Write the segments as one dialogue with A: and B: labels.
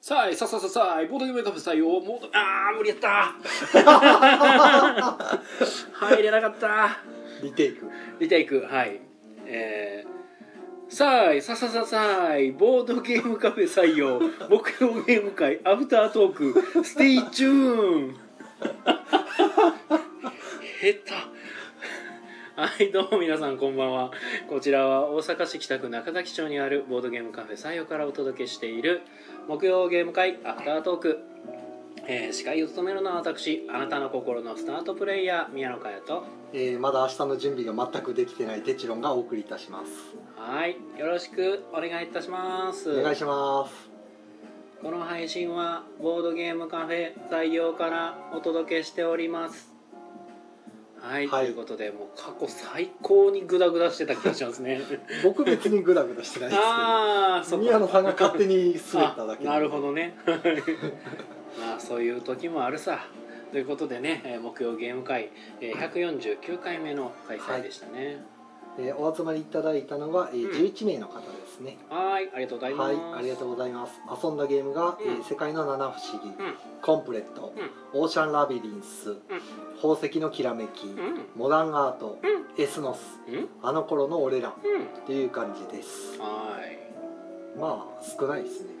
A: さあ、さあさあさあ、ボードゲームカフェ採用、もう、あー、無理やった入れなかった
B: リテイク
A: リテイク、はい。えー、さあ、さあさあさあさあ、ボードゲームカフェ採用、目標ゲーム会、アフタートーク、ステイチューン下手。はい、どうも皆さんこんばんは。こちらは大阪市北区中崎町にあるボードゲームカフェ採用からお届けしている木曜ゲーム会アフタートーク、えー司会を務めるのは私あなたの心のスタートプレイヤー宮野佳代と
B: えーまだ明日の準備が全くできてないテチロンがお送りいたします
A: はいよろしくお願いいたします
B: お願いします
A: この配信はボードゲームカフェ採用からお届けしておりますはい、
B: はい
A: ということでもう過去最高にグダグダしてた気がします ね
B: 僕別にグダグダしてないです
A: ああ
B: け
A: そ
B: ど
A: っ
B: 宮
A: か
B: 野さんが勝手に滑っただけ
A: あなるほどね まあそういう時もあるさということでねえー木曜ゲーム会えー149回目の開催でしたね
B: えーお集まりいただいたのが、えー
A: うん
B: 11名の方ですね、
A: はーいありがとうございま
B: は
A: す
B: い、ありがとうございます遊んだゲームが「
A: うん
B: えー世界の七不思議」
A: うん
B: コンプレット」オーシャンラビリンス」宝石のきらめき」
A: うん
B: モダンアート」
A: うん
B: エスノス
A: うん」
B: 「あの頃の俺ら」っ
A: うん
B: ていう感じです
A: はーい
B: まあ少ないですね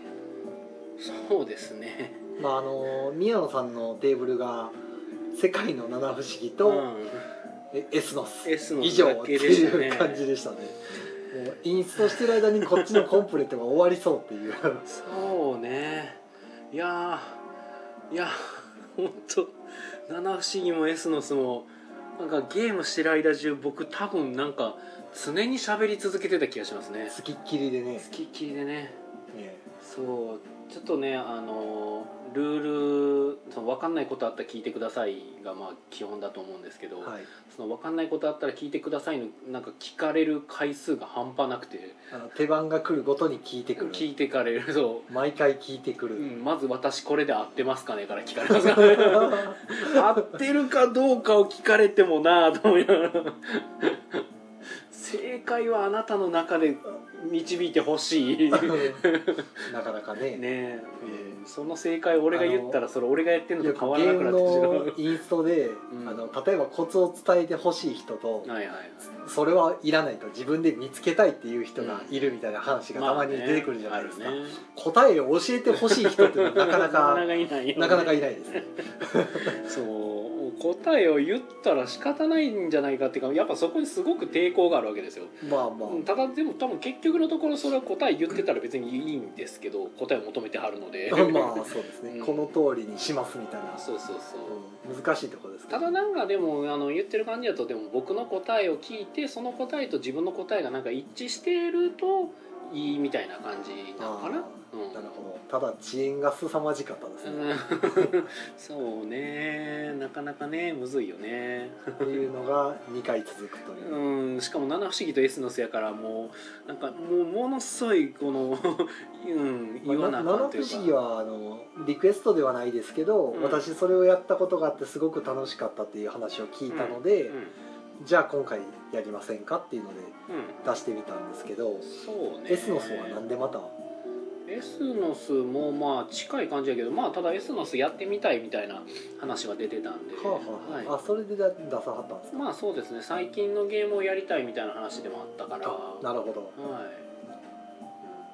A: そうですね
B: まああのー宮野さんのテーブルが「世界の七不思議と」
A: うん
B: えエスノス」
A: S の
B: 以上
A: だ
B: って
A: けでした
B: い
A: ね
B: う感じでしたねもうインストしてる間にこっちのコンプレットが終わりそうっていう
A: そうねいやーいや本当七不思議もエスノスもなんかゲームしてる間中僕多分なんか常に喋り続けてた気がしますね
B: 好きっきりでね
A: 好きっきりでね
B: ね
A: そうちょっとねあのルールその分かんないことあったら聞いてくださいがまあ基本だと思うんですけど、
B: はい
A: その分かんないことあったら聞いてくださいのなんか聞かれる回数が半端なくて
B: あの手番が来るごとに聞いてくる
A: 聞いてかれるそ
B: 毎回聞いてく
A: う、
B: る、
A: うん、まず「私これで合ってますかね?」から聞かれますからね 合ってるかどうかを聞かれてもなあと思いながら正解はあなたの中で導いてほ しい
B: なかなかね
A: ねえ、うんその正解を俺が言ったらそれ俺がやってん
B: よ
A: の
B: く
A: と
B: ゲ
A: 変わらなく
B: ーム
A: なってしま
B: の
A: う
B: インストで、
A: うん
B: あの例えばコツを伝えてほしい人と、
A: はいはいはい
B: それはいらないと自分で見つけたいっていう人がいるみたいな話がたまに
A: あね
B: 出てくるじゃないですか、
A: あるね
B: 答えを教えてほしい人っていうのはなかな
A: なか
B: か
A: なかいないよね
B: なかなかいないですね
A: そう答えを言ったら仕方ないんじゃないかっていうかやっぱそこにすごく抵抗があるわけですよ
B: まあまあ、
A: ただでも多分結局のところそれは答え言ってたら別にいいんですけど答えを求めてはるので
B: まあそうですね、
A: うん
B: この通りにしますみたいな、
A: そうそうそう
B: うん難しいところですけ
A: た
B: ど
A: だなんかでもあの言ってる感じだとでも僕の答えを聞いてその答えと自分の答えがなんか一致しているといいみたいな感じなのかな
B: あなるほどただ遅延が凄まじかったです
A: う
B: ね、
A: ん、うんそうねなかなかねむずいよね
B: っていうのが2回続くという、
A: うんしかも七不思議と S のせやからもうなんかもうものすごいこの うん言わなあ
B: まあ
A: かん
B: な
A: と
B: 七
A: いうか
B: 不思議はあのリクエストではないですけど、
A: うん
B: 私それをやったことがあってすごく楽しかったっていう話を聞いたので、じゃあ今回やりませんかっていうので
A: うん、うん
B: 出してみたんですけど、
A: そうね
B: エスノスはなんでまた
A: エスノスもまあ近い感じやけどまあただエスノスやってみたいみたいな話が出てたんで、
B: はあはあ
A: は
B: あそれで出さはったんです
A: い、まあそうですね最近のゲームをやりたいみたいな話でもあったから
B: かなるほど
A: はい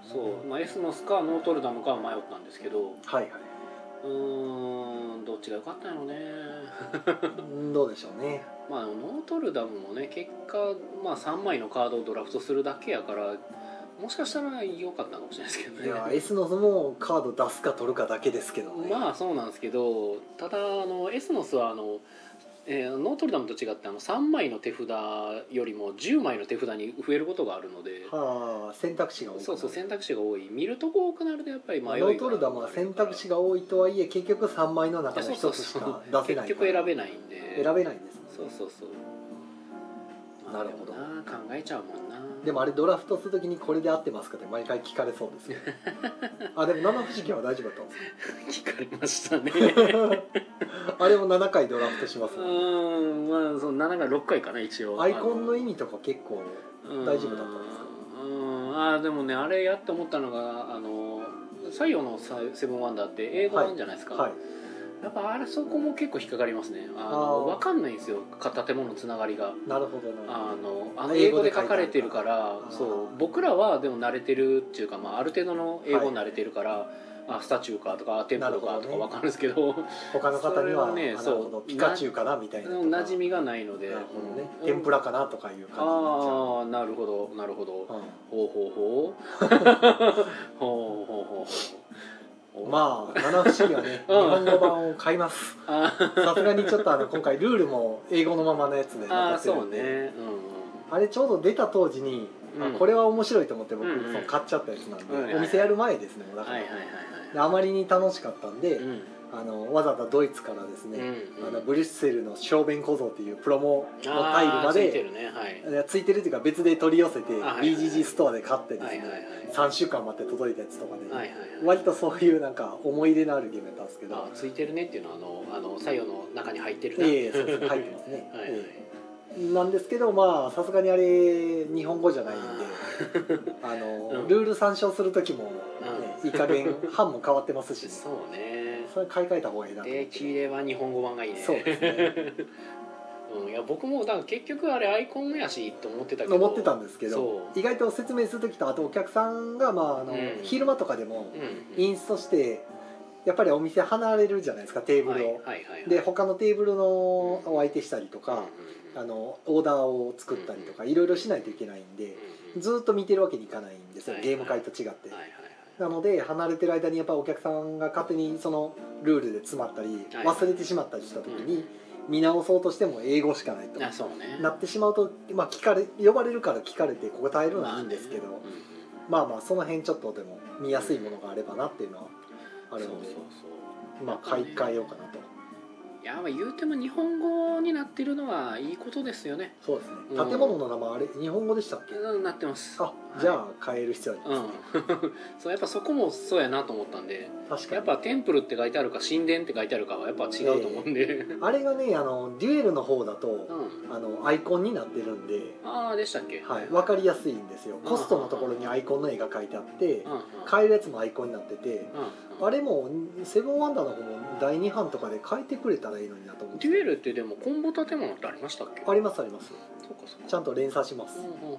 A: そう、まあ、エスノスかノートルダムか迷ったんですけど
B: はいはいう
A: ーんどっちが良かったんやろね
B: うんどうでしょうね
A: まあでもノートルダムもね結果、まあ、3枚のカードをドラフトするだけやからもしかしたら良かったかもしれないですけど
B: い
A: ね
B: やエスノスもカード出すか取るかだけですけどね、
A: まあそうなんですけどただあのエスノスはあの、えーノートルダムと違ってあの3枚の手札よりも10枚の手札に増えることがあるので、
B: はあ選択肢が多い
A: そうそう選択肢が多い見るとこ多くなるとやっぱり迷いが
B: ノートルダムは選択肢が多いとはいえ結局3枚の中の
A: そ
B: 1
A: う
B: つし
A: そう
B: か
A: そう
B: 出せない
A: 結局選べ
B: ない
A: ないんで
B: 選べないんですもんね
A: そうそうそう
B: なるほど
A: まあでもな考えちゃうもんな
B: でもあれドラフトするときにこれで合ってますかって毎回聞かれそう ですよあでも七不思議は大丈夫だったんです
A: 聞かれました ね
B: かあれも7回ドラフトします
A: うーんまあその7が6回かな一応
B: アイコンの意味とか結構
A: うん
B: 大丈夫だったんですか
A: うんあーでもねあれやって思ったのがあの西洋のサセブンワンダーって英語なんじゃないですか、
B: はい
A: やっぱあれそこも結構引っかかりますねあ
B: あー
A: の分かんないんですよか建物のつながりが
B: なるほどな
A: あのあの英語で書かれてるか
B: あ
A: ら
B: ー
A: そう僕らはでも慣れてるっていうか、まあ、ある程度の英語に慣れてるから、あスタチューかとかあテンポと
B: な
A: か
B: るほど
A: と
B: ね
A: か分かるんですけど
B: 他の方には
A: それはね
B: あな
A: そう
B: るほどピカチュウかなみたいなとか
A: 馴染みがないので
B: なるほどね
A: うん
B: 天ぷらかなとかいう感じになっちゃう
A: ああなるほどなるほどほう ほうほうほうほうほうほ
B: う、
A: うん
B: まあ七不思議はね 日
A: うん
B: 本語版を買います
A: あー
B: さすがにちょっとあの今回ルールも英語の ままのやつで残
A: あー
B: ってる
A: そうんね
B: で、
A: う
B: あれちょうど出た当時に、あ
A: うん
B: これは面白いと思って僕、
A: うんうん
B: その買っちゃったやつなんで、
A: はいはい
B: お店やる前ですねもうだ
A: ん
B: か
A: は
B: ら、
A: いはいはい
B: であまりに楽しかったんで、
A: はいうん
B: あのわざわざドイツからです
A: うん
B: ね、
A: うん
B: あのブリュッセルの小便小僧っていうプロモのタイル
A: あー
B: ま
A: ついて
B: で
A: るねはい
B: いやついてるっていうか別で取り寄せて
A: あはいはい
B: BGG ストアで買ってです
A: はいはい
B: ね、
A: はい
B: 3週間待って届いたやつとかで、
A: はいはいはい
B: 割とそういうなんか思い入れのあるゲームやったんですけど
A: あついてるねっていうのはあのあの左右の中に入ってるな
B: ええそうですね入ってますね
A: はいはい
B: ええなんですけどまあさすがにあれ日本語じゃないんで あの、
A: うん
B: ルール参照する時も、ねいい加減版も変わってますし、
A: そうね
B: それ買い替えた方がいいなと思っ
A: で
B: て
A: きれば日本語版がいいね
B: そうですね
A: うん、いや僕もだから結局あれアイコンやしと思ってたけど
B: 思ってたんですけど
A: そ
B: 意外と説明する時とあとお客さんが、まああの
A: うん
B: 昼間とかでも
A: うん
B: インストしてやっぱりお店離れるじゃないですかテーブ
A: はい
B: ルを、
A: はいはいはい、
B: で他のテーブルのお相手したりとか、あのオーダーを作ったりとかいろいろしないといけないんで
A: うん
B: ずっと見てるわけにいかないんですよ
A: はい
B: ゲーム会と違って。
A: はいはい
B: なので離れてる間にやっぱお客さんが勝手にそのルールで詰まったり
A: はい
B: 忘れてしまったりした時
A: はい
B: に見直そうとしても英語しかないと
A: あそうね
B: なってしまうと、まあ、聞かれ呼ばれるから聞かれて答えるのはいいんですけ
A: ま
B: ど
A: あね
B: まあまあその辺ちょっとでも見やすいものがあればなっていうのはあ
A: うんうんそ
B: る
A: う
B: の
A: そう
B: で
A: そう
B: まあ買い替えようかなと
A: いやまあ言うても日本語になってるのはいいことですよね
B: そうですね
A: うん
B: 建物の名前あれ日本語でしたっけ
A: うんなってます
B: あじゃあ変える必要あり
A: う
B: ま
A: ん そうやっぱそこもそうやなと思ったんですや
B: 確
A: っ
B: か
A: ぱテンプルって書いてあるか神殿って書いてあるかはやっぱ違うと思うんで、
B: にあれがねあのデュエルの方だと
A: うん
B: あのアイコンになってるんで
A: ああでしたっけ
B: はい、分かりやすいんですよコストのところにアイコンの絵が書いてあって
A: うんうん
B: 買えるやつもアイコンになってて
A: うん
B: あれもセブンワンダーの方も第2版とかで変えてくれたらいいのになと思っ
A: デ
B: て
A: ュエルってでもコンボ建物ってありましたっけ
B: ありますあります
A: そうかそうか
B: ちゃんと連鎖します
A: うんうんうん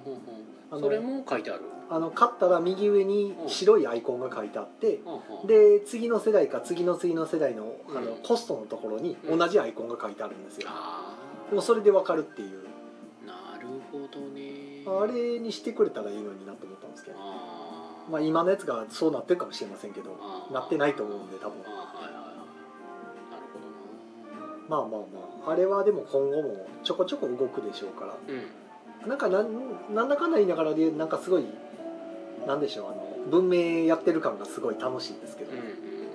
B: あ
A: うん
B: の
A: それも書いてある
B: あの買ったら右上に白いアイコンが書いてあって
A: うんうん
B: で次の世代か次の次の世代のあ
A: う
B: の
A: ん
B: コストのところに
A: うん
B: 同じアイコンが書いてあるんですよ
A: あ
B: でもそれで分かるっていう
A: あなるほどね
B: あれにしてくれたらいいのになと思ったんですけど
A: あー
B: まあ今のやつがそうなってるかもしれませんけど
A: あー
B: なってないと思うんで多分
A: あーはいはいはいなるほど
B: まあまあまああれはでも今後もちょこちょこ動くでしょうから
A: なうん
B: なんかなんなんだかんだ言いながらでなんかすごいなんでしょうあの文明やってる感がすごい楽しいんですけど、
A: うんうん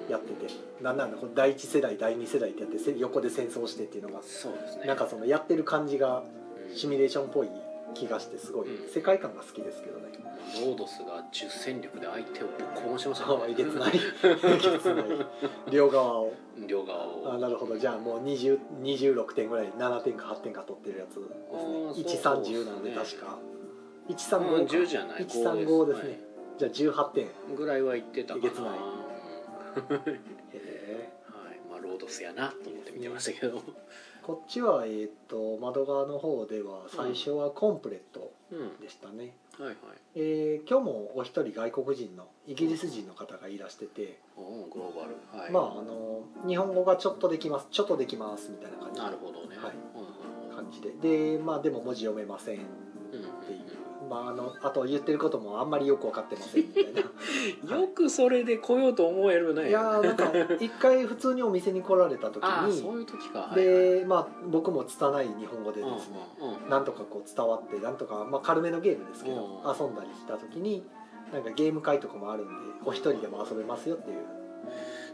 B: やっててなんなんだこの第一世代第二世代ってやってせ横で戦争してっていうのが
A: そうですね
B: なんかそのやってる感じが
A: うん
B: シミュレーションっぽい気がしてすごい
A: うん
B: 世界観が好きですけどね。
A: ロードスが10戦力で相手をぶっ壊しました
B: あ あいげつない
A: い
B: いげつない両側を
A: 両側を
B: あなるほどじゃあもう20 26点ぐらい7点か8点か取ってるやつですね
A: あー
B: 130なんで
A: そうです
B: 確
A: ね
B: か
A: うん
B: 135
A: 10
B: か
A: じゃない
B: 135です
A: は
B: ね
A: い
B: じゃあ18点へ
A: ぐらいは行ってたかな
B: えげつない
A: うん
B: え
A: はいまあ、ロードスやなと思って見てましたけど、
B: こっちはえっと窓側の方では最初はコンプレット
A: うん、は
B: でしたね
A: いはい
B: えー今日もお一人外国人のイギリス人の方がいらしてて
A: おーグローバル、はい、
B: まああの日本語がちょっとできますちょっとできますみたいな感じ
A: なるほどね、
B: はい
A: うん
B: 感じででまあでも文字読めません
A: うんうん
B: っていう、まあ、あのあと言ってることもあんまりよく分かってませんみたい な
A: よくそれで来ようと思えるね
B: いやーなんか一回普通にお店に来られた 時
A: ああそ
B: に
A: ういう時かはいはい
B: で、まあ、僕も拙い日本語でですね、
A: うんうん
B: なんとかこう伝わってなんとか、まあ、軽めのゲームですけど、
A: うん
B: 遊んだりした時になんかゲーム会とかもあるんでお一人でも遊べますよっていう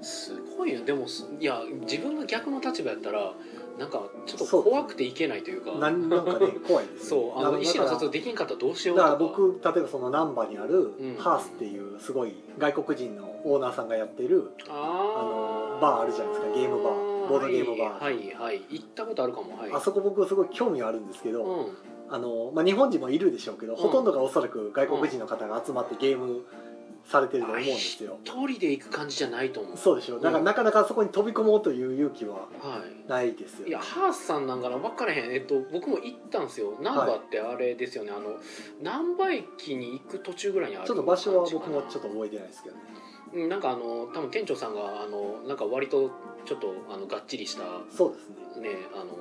A: すごいよでもすいや自分が逆の立場やったらなんかちょっと
B: そうですね
A: 怖くていけないというか
B: なんなんかね怖いですよ
A: そうあの意
B: だ
A: 思
B: か
A: の
B: ら
A: 疎通できんかったらどうしよう
B: だ
A: と
B: か
A: から
B: 僕例えばその難波にある
A: うん
B: ハースっていうすごい外国人のオーナーさんがやってる
A: あ
B: あのバーあるじゃないですかゲームバーボードゲームバー
A: はいはい、はい、行ったことあるかもはい
B: あそこ僕すごい興味はあるんですけど、
A: うん
B: あのまあ、日本人もいるでしょうけど、
A: ん
B: ほとんどがおそらく外国人の方が集まってゲームされてると思うんですよ
A: 一人で行く感じじゃないと思う
B: そうでしょだからなかなかそこに飛び込もうという勇気は
A: は
B: ないですよ、
A: いいやハースさんなんかな分からへんえっと僕も行ったんですよ難波ってあれですよね、あの難波駅に行く途中ぐらいにある
B: ちょっと場所は僕も
A: 感じ
B: ちょっと覚えてないですけどね
A: かなうんなんかあの多分店長さんがあのなんか割とちょっとあのがっちりした
B: そうですね
A: ねあの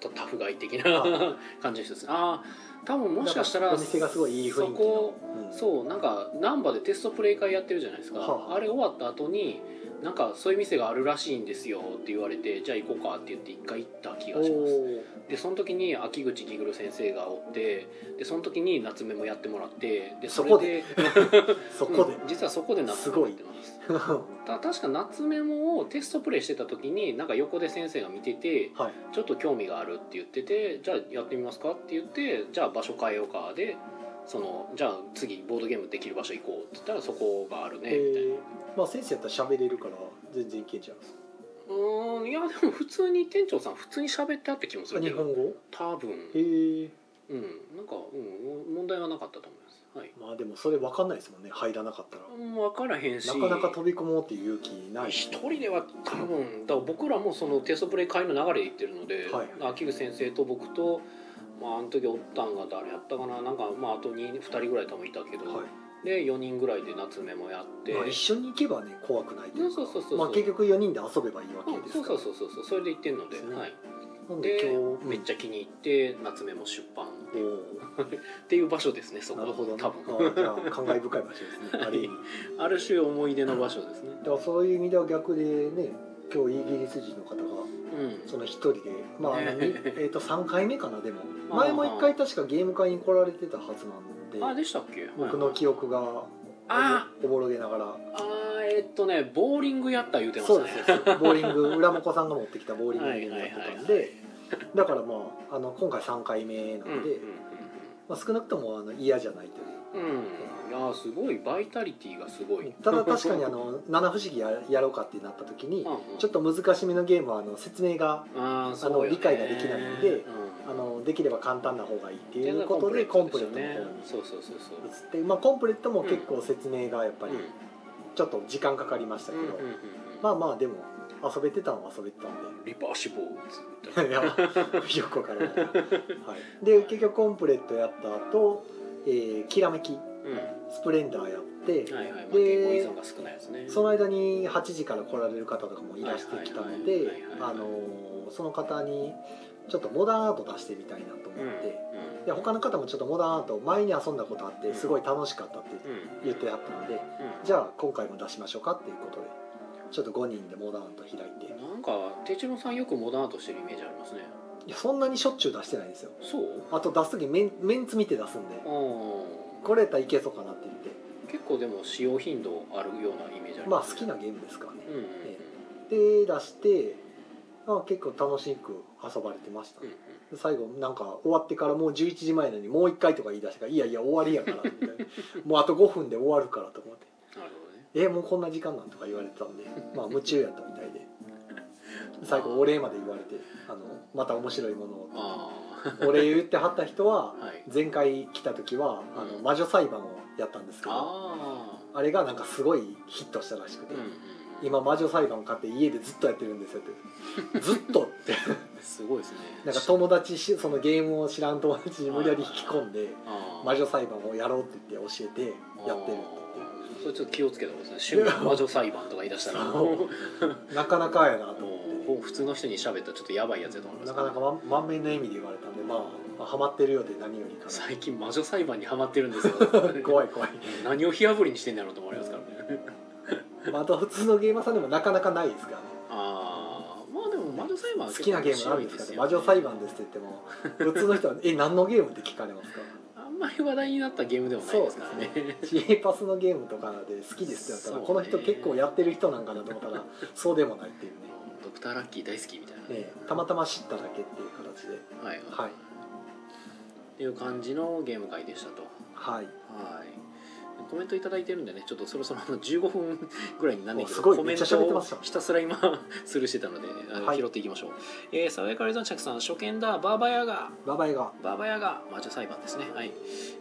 A: タタフガイ的
B: は
A: な 感じの人ですねああ多分もしかしたら
B: なんお店がすごいいい雰囲気の
A: そこ
B: うん
A: そうなんか難波でテストプレイ会やってるじゃないですか、
B: はあ
A: あれ終わった後になんかそういう店があるらしいんですよって言われてじゃあ行こうかって言って一回行った気がします
B: おー
A: でその時に秋口ギグル先生がおってでその時に夏目もやってもらってでれで
B: そこで
A: うん実はそこで夏目もやってます た確か夏メモをテストプレイしてた時になんか横で先生が見てて
B: はい
A: ちょっと興味があるって言っててじゃあやってみますかって言ってじゃあ場所変えようかでそのじゃあ次ボードゲームできる場所行こうって言ったらそこがあるねみたいな
B: えーまあ先生やったら喋れるから全然いけちゃうんです
A: うーんいやでも普通に店長さん普通に喋ってあって気もするけ
B: 日
A: ど
B: 本語
A: 多分
B: えー、
A: うんなんか、うん、問題はなかったと思いますはい
B: まあでもそれ分かんないですもんね入らなかったら
A: 分からへんし
B: なかなか飛び込もうっていう勇気ない
A: 一人では多分だから僕らもそのテストプレイ会の流れで行ってるので、
B: はい
A: 秋口先生と僕と、まあ、あの時おったんが誰やったかななんか、まあ、あと 2, 人ぐらい多分いたけど、
B: はい
A: で4人ぐらいで夏目もやって、
B: まあ、一緒に行けばね怖くないというか
A: そうそうそうそう
B: まあ、結局4人で遊べばいいわけ
A: うん
B: です
A: そう
B: か
A: そう
B: ら
A: そうそうそうそれで行ってんので
B: ですね
A: はい、
B: なんで
A: で
B: 今日
A: めっちゃ気に入って夏目も出版
B: うん
A: っていう場所ですねそ
B: おー
A: こ
B: なるほどね
A: 多分
B: あーじゃあ感慨深い場 所ですねある意味
A: ある種思い出の場所ですね
B: だからそういう意味では逆でね今日イギリス人の方が
A: う
B: その一人でまあ、
A: ね
B: 何えー、と3回目かなでも
A: あー
B: 前も1回確かゲーム会に来られてたはずなんで
A: んあでしたっけ
B: 僕の記憶が
A: あ
B: おぼろげながら
A: あーえっとねボーリングやった言うてまし
B: そ
A: た
B: う
A: ね
B: ですそうですボーリング 浦本さんが持ってきたボーリング
A: は
B: ゲ
A: い
B: ーム
A: はい
B: や
A: はい
B: って
A: はい
B: たんでだからまああの今回3回目な
A: うんうんん
B: で、まあ、少なくともあの嫌じゃないという
A: うんうんいやーすごいバイタリティがすごい
B: ただ確かにあの七不思議ややろうかってなった時にちょっ
A: と
B: と難しめのゲームはあの説明が
A: あーそうよね
B: あの理解ができないので
A: うん
B: あのできれば簡単な方がいいって
A: って
B: い
A: いうの
B: う
A: が
B: ことでコンプレット
A: ですよね
B: の方に移
A: そうそうそうそう
B: って、まあ、コンプレットも結構説明がやっぱり
A: うん
B: ちょっと時間かかりましたけど、
A: うんうんうんうん
B: まあまあでも遊べてたのは遊べてたんで。
A: リバーシブルズみたい
B: いやよくわからない、はい、で結局コンプレットやった後、えーきらめき
A: な
B: スプレンダーやって、
A: うんはいはいまあ
B: で
A: 言語依存が少ないですね
B: その間に8時から来られる方とかもいらしてきたので
A: はいはいはいはいはい
B: あのーその方にちょっとモダンアート出してみたいなと思って、
A: うんうん
B: で他の方もちょっとモダンアート前に遊んだことあってすごい楽しかったって
A: うん
B: 言ってあったので
A: うん
B: じゃあ今回も出しましょうかっていうことでちょっと5人でモダンアート開いて
A: なんか手一郎さんよくモダンアートしてるイメージありますね
B: いやそんなにしょっちゅう出してないんですよ
A: そう
B: あと出す時メンメンツ見て出すんで
A: うん
B: これやったらいけそうかなって言って
A: 結構でも使用頻度あるようなイメージあり
B: まあ
A: ます
B: 好きなゲームですからね
A: うんうんうん
B: で出して、まあ、結構楽しく遊ばれてました
A: うんうん
B: で最後なんか終わってからもう11時前なのにもう一回とか言い出したから「いやいや終わりやから」みたいな 「もうあと5分で終わるから」と思って
A: なるほどね
B: 「えもうこんな時間なん?」とか言われてたんでまあ夢中やったみたいで最後お礼まで言われて「あのまた面白いものを
A: あ」
B: お礼言ってはった人は
A: あはい
B: 前回来た時はあの魔女裁判をやったんですけど
A: あ
B: あれがなんかすごいヒットしたらしく
A: あう
B: て
A: んうん
B: 今魔女裁判買って家でずっとやってるんですよ ってずっとって
A: すごいですね
B: なんか友達しそのゲームを知らん友達に無理やり引き込んで
A: あー
B: 魔女裁判をやろうって言って教えてやってる
A: あーそれちょっと気をつけたことですね「趣味魔女裁判」とか言い出したら
B: そ
A: も
B: う
A: う
B: なかなかやなと思って
A: もう普通の人に喋ったらちょっとやばいやつやと思います
B: なかなかま満面の笑みで言われたんでまあまあハマってるようで何よりかな
A: 最近魔女裁判にはまってるんですよ
B: 怖い怖い、
A: 何を火あぶりにしてんだろうと思いますからね
B: まあ、あとは普通のゲーマーさんでもなかなかないですからね
A: ああまあでも魔女裁判
B: 好
A: は
B: きなゲームあるんですかね魔女裁判ですって言っ ても普通の人は「え何のゲーム?」って聞かれますから
A: あんまり話題になったゲームでもないですからね
B: そうですね G パスのゲームとかで好きですってなったらこの人結構やってる人なんかなと思ったら そうでもないっていうね
A: ドクターラッキー大好きみたいな、
B: ええたまたま知っただけっていう形で
A: はい
B: はい
A: っていう感じのゲーム会でしたと
B: は
A: は
B: い
A: いコメントいただいてるんでねちょっとそろそろあの15分ぐらいになんねんけ
B: おす
A: ど
B: ごい
A: コメン
B: めっちゃ喋
A: ト
B: って
A: を
B: ました
A: ひたすら今 スルーしてたのであの
B: はい
A: 拾っていきましょう、えー、爽やかレゾンチャクさん初見だバーバヤガ
B: ババエが
A: バーバヤガ魔女裁判ですねはい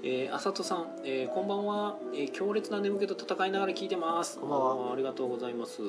A: えー、あさとさん、えーこんばんは、えー強烈な眠気と戦いながら聞いてます
B: こんばんは
A: あーありがとうございます、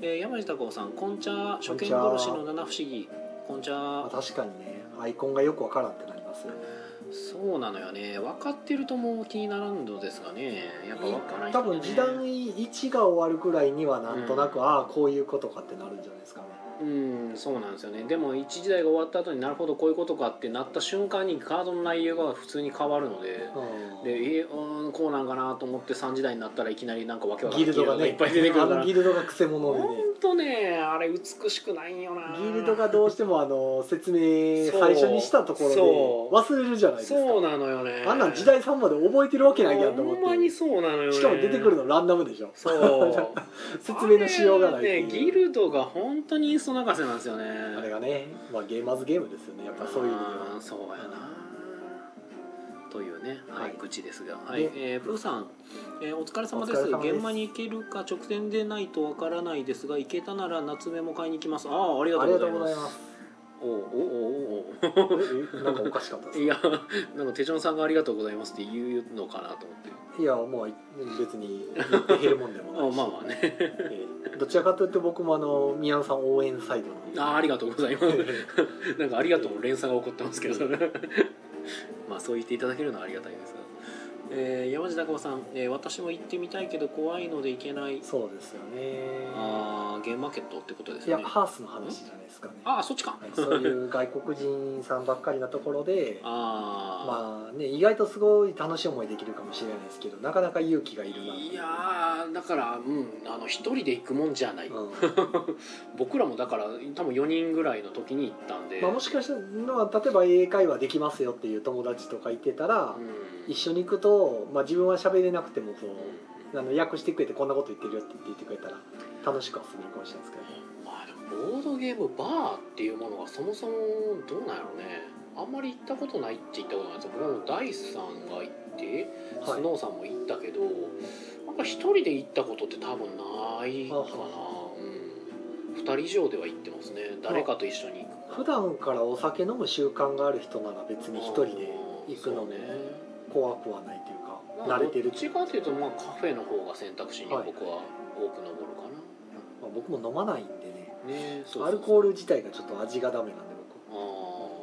A: えー、山地孝夫さん「こんちゃ初
B: こん
A: 見
B: ちゃ
A: 殺しの七不思議」こんちゃ
B: まあ確かにねアイコンがよくわからんってなりますよね
A: そうなのよね分かってるとも気にならんのですがねやっぱ分からない
B: 多分時代1が終わるくらいにはなんとなく、
A: う
B: ああこういうことかってなるんじゃないですかね
A: うんそうなんですよねでも一時代が終わった後になるほどこういうことかってなった瞬間にカードの内容が普通に変わるので
B: うん
A: でえーうーんこうなんかなと思って3時代になったらいきなりなんかわけわかん
B: ギ
A: ない
B: ルドがね
A: いっぱい出てくるか
B: あ
A: ら
B: のギルドがくせ者で
A: ほ
B: ね
A: んとねあれ美しくないんよな
B: ギルドがどうしてもあの説明
A: そう
B: 最初にしたとこ
A: そう
B: ろで忘れるじゃないですか
A: そうなのよね
B: あんなん時代さんまで覚えてるわけないやんと思
A: ほんま
B: っ
A: に
B: て
A: そうなのよね
B: しかも出てくるのランダムでしょ
A: そう
B: 説明のしようがないってい
A: ね
B: う
A: ギルドが本当に磯泣かせなんですよね
B: あれがね、まあ、ゲーマーズゲームですよねやっぱそういう意味で
A: あー
B: は
A: そうやなというね、はい
B: はい
A: 愚痴ですが、はい
B: で
A: えープーさん、えーお疲れ様で
B: お疲
A: す
B: れ様です
A: 現場に行けるか直前でないとわからないですが行けたなら夏目も買いに行きますああありがと
B: あり
A: うございうま
B: がとござ
A: す
B: います
A: おうおうおうおう
B: えなんかおかしかっ
A: お
B: たで
A: う
B: す
A: いやなんか手順さんが「ありがとうございます」って言うのかなと思って
B: いやもう別に言って減るもんでも
A: あ
B: ないし
A: ま あまあね
B: ええどちらかというと僕もあの宮野さん応援サイドの
A: あーありがとうございますなんか「ありがとう」の連鎖が起こってますけど まあそう言っていただけるのはありがたいですが、えー、山地孝夫さん、えー私も行ってみたいけど怖いので行けない」
B: そうですよね
A: あーゲームマーケットってことです
B: い
A: ね
B: やハースの話じゃないですかね
A: ああそっちか、
B: はいそういう外国人さんばっかりなところで
A: あ
B: まあね意外とすごい楽しい思いできるかもしれないですけどなかなか勇気が
A: あ
B: いるなって
A: いやーだからうんあの一人で行くもんじゃない、
B: うん
A: 僕らもだから多分4人ぐらいの時に行ったんで、
B: まあ、もしかしたら例えば英会話できますよっていう友達とかいてたら、
A: うん
B: 一緒に行くと、まあ、自分は喋れなくてもこ
A: う
B: うあの訳してくれてこんなこと言ってるよって言ってくれたら楽しく遊べるかもしれないですけどね
A: んまあでもボードゲームバーっていうものがそもそもどうなんやろうねあんまり行ったことないって言ったことないんですよ僕もダイスさんが行って、
B: は
A: ス
B: い
A: ノーさんも行ったけどなんか一人で行ったことって多分ないかな、
B: あ
A: うん、2人以上では行ってますね誰かと一緒に行くか
B: 普段からお酒飲む習慣がある人なら別に一人で行くのも
A: ね
B: 怖くはないというか慣れてる
A: どっちかというとまあカフェの方が選択肢に僕は
B: は
A: 多
B: い
A: く上るか
B: まあ僕も飲まないんでね
A: な、ねそうそうそう
B: アルコール自体がちょっと味がダメなんで
A: あ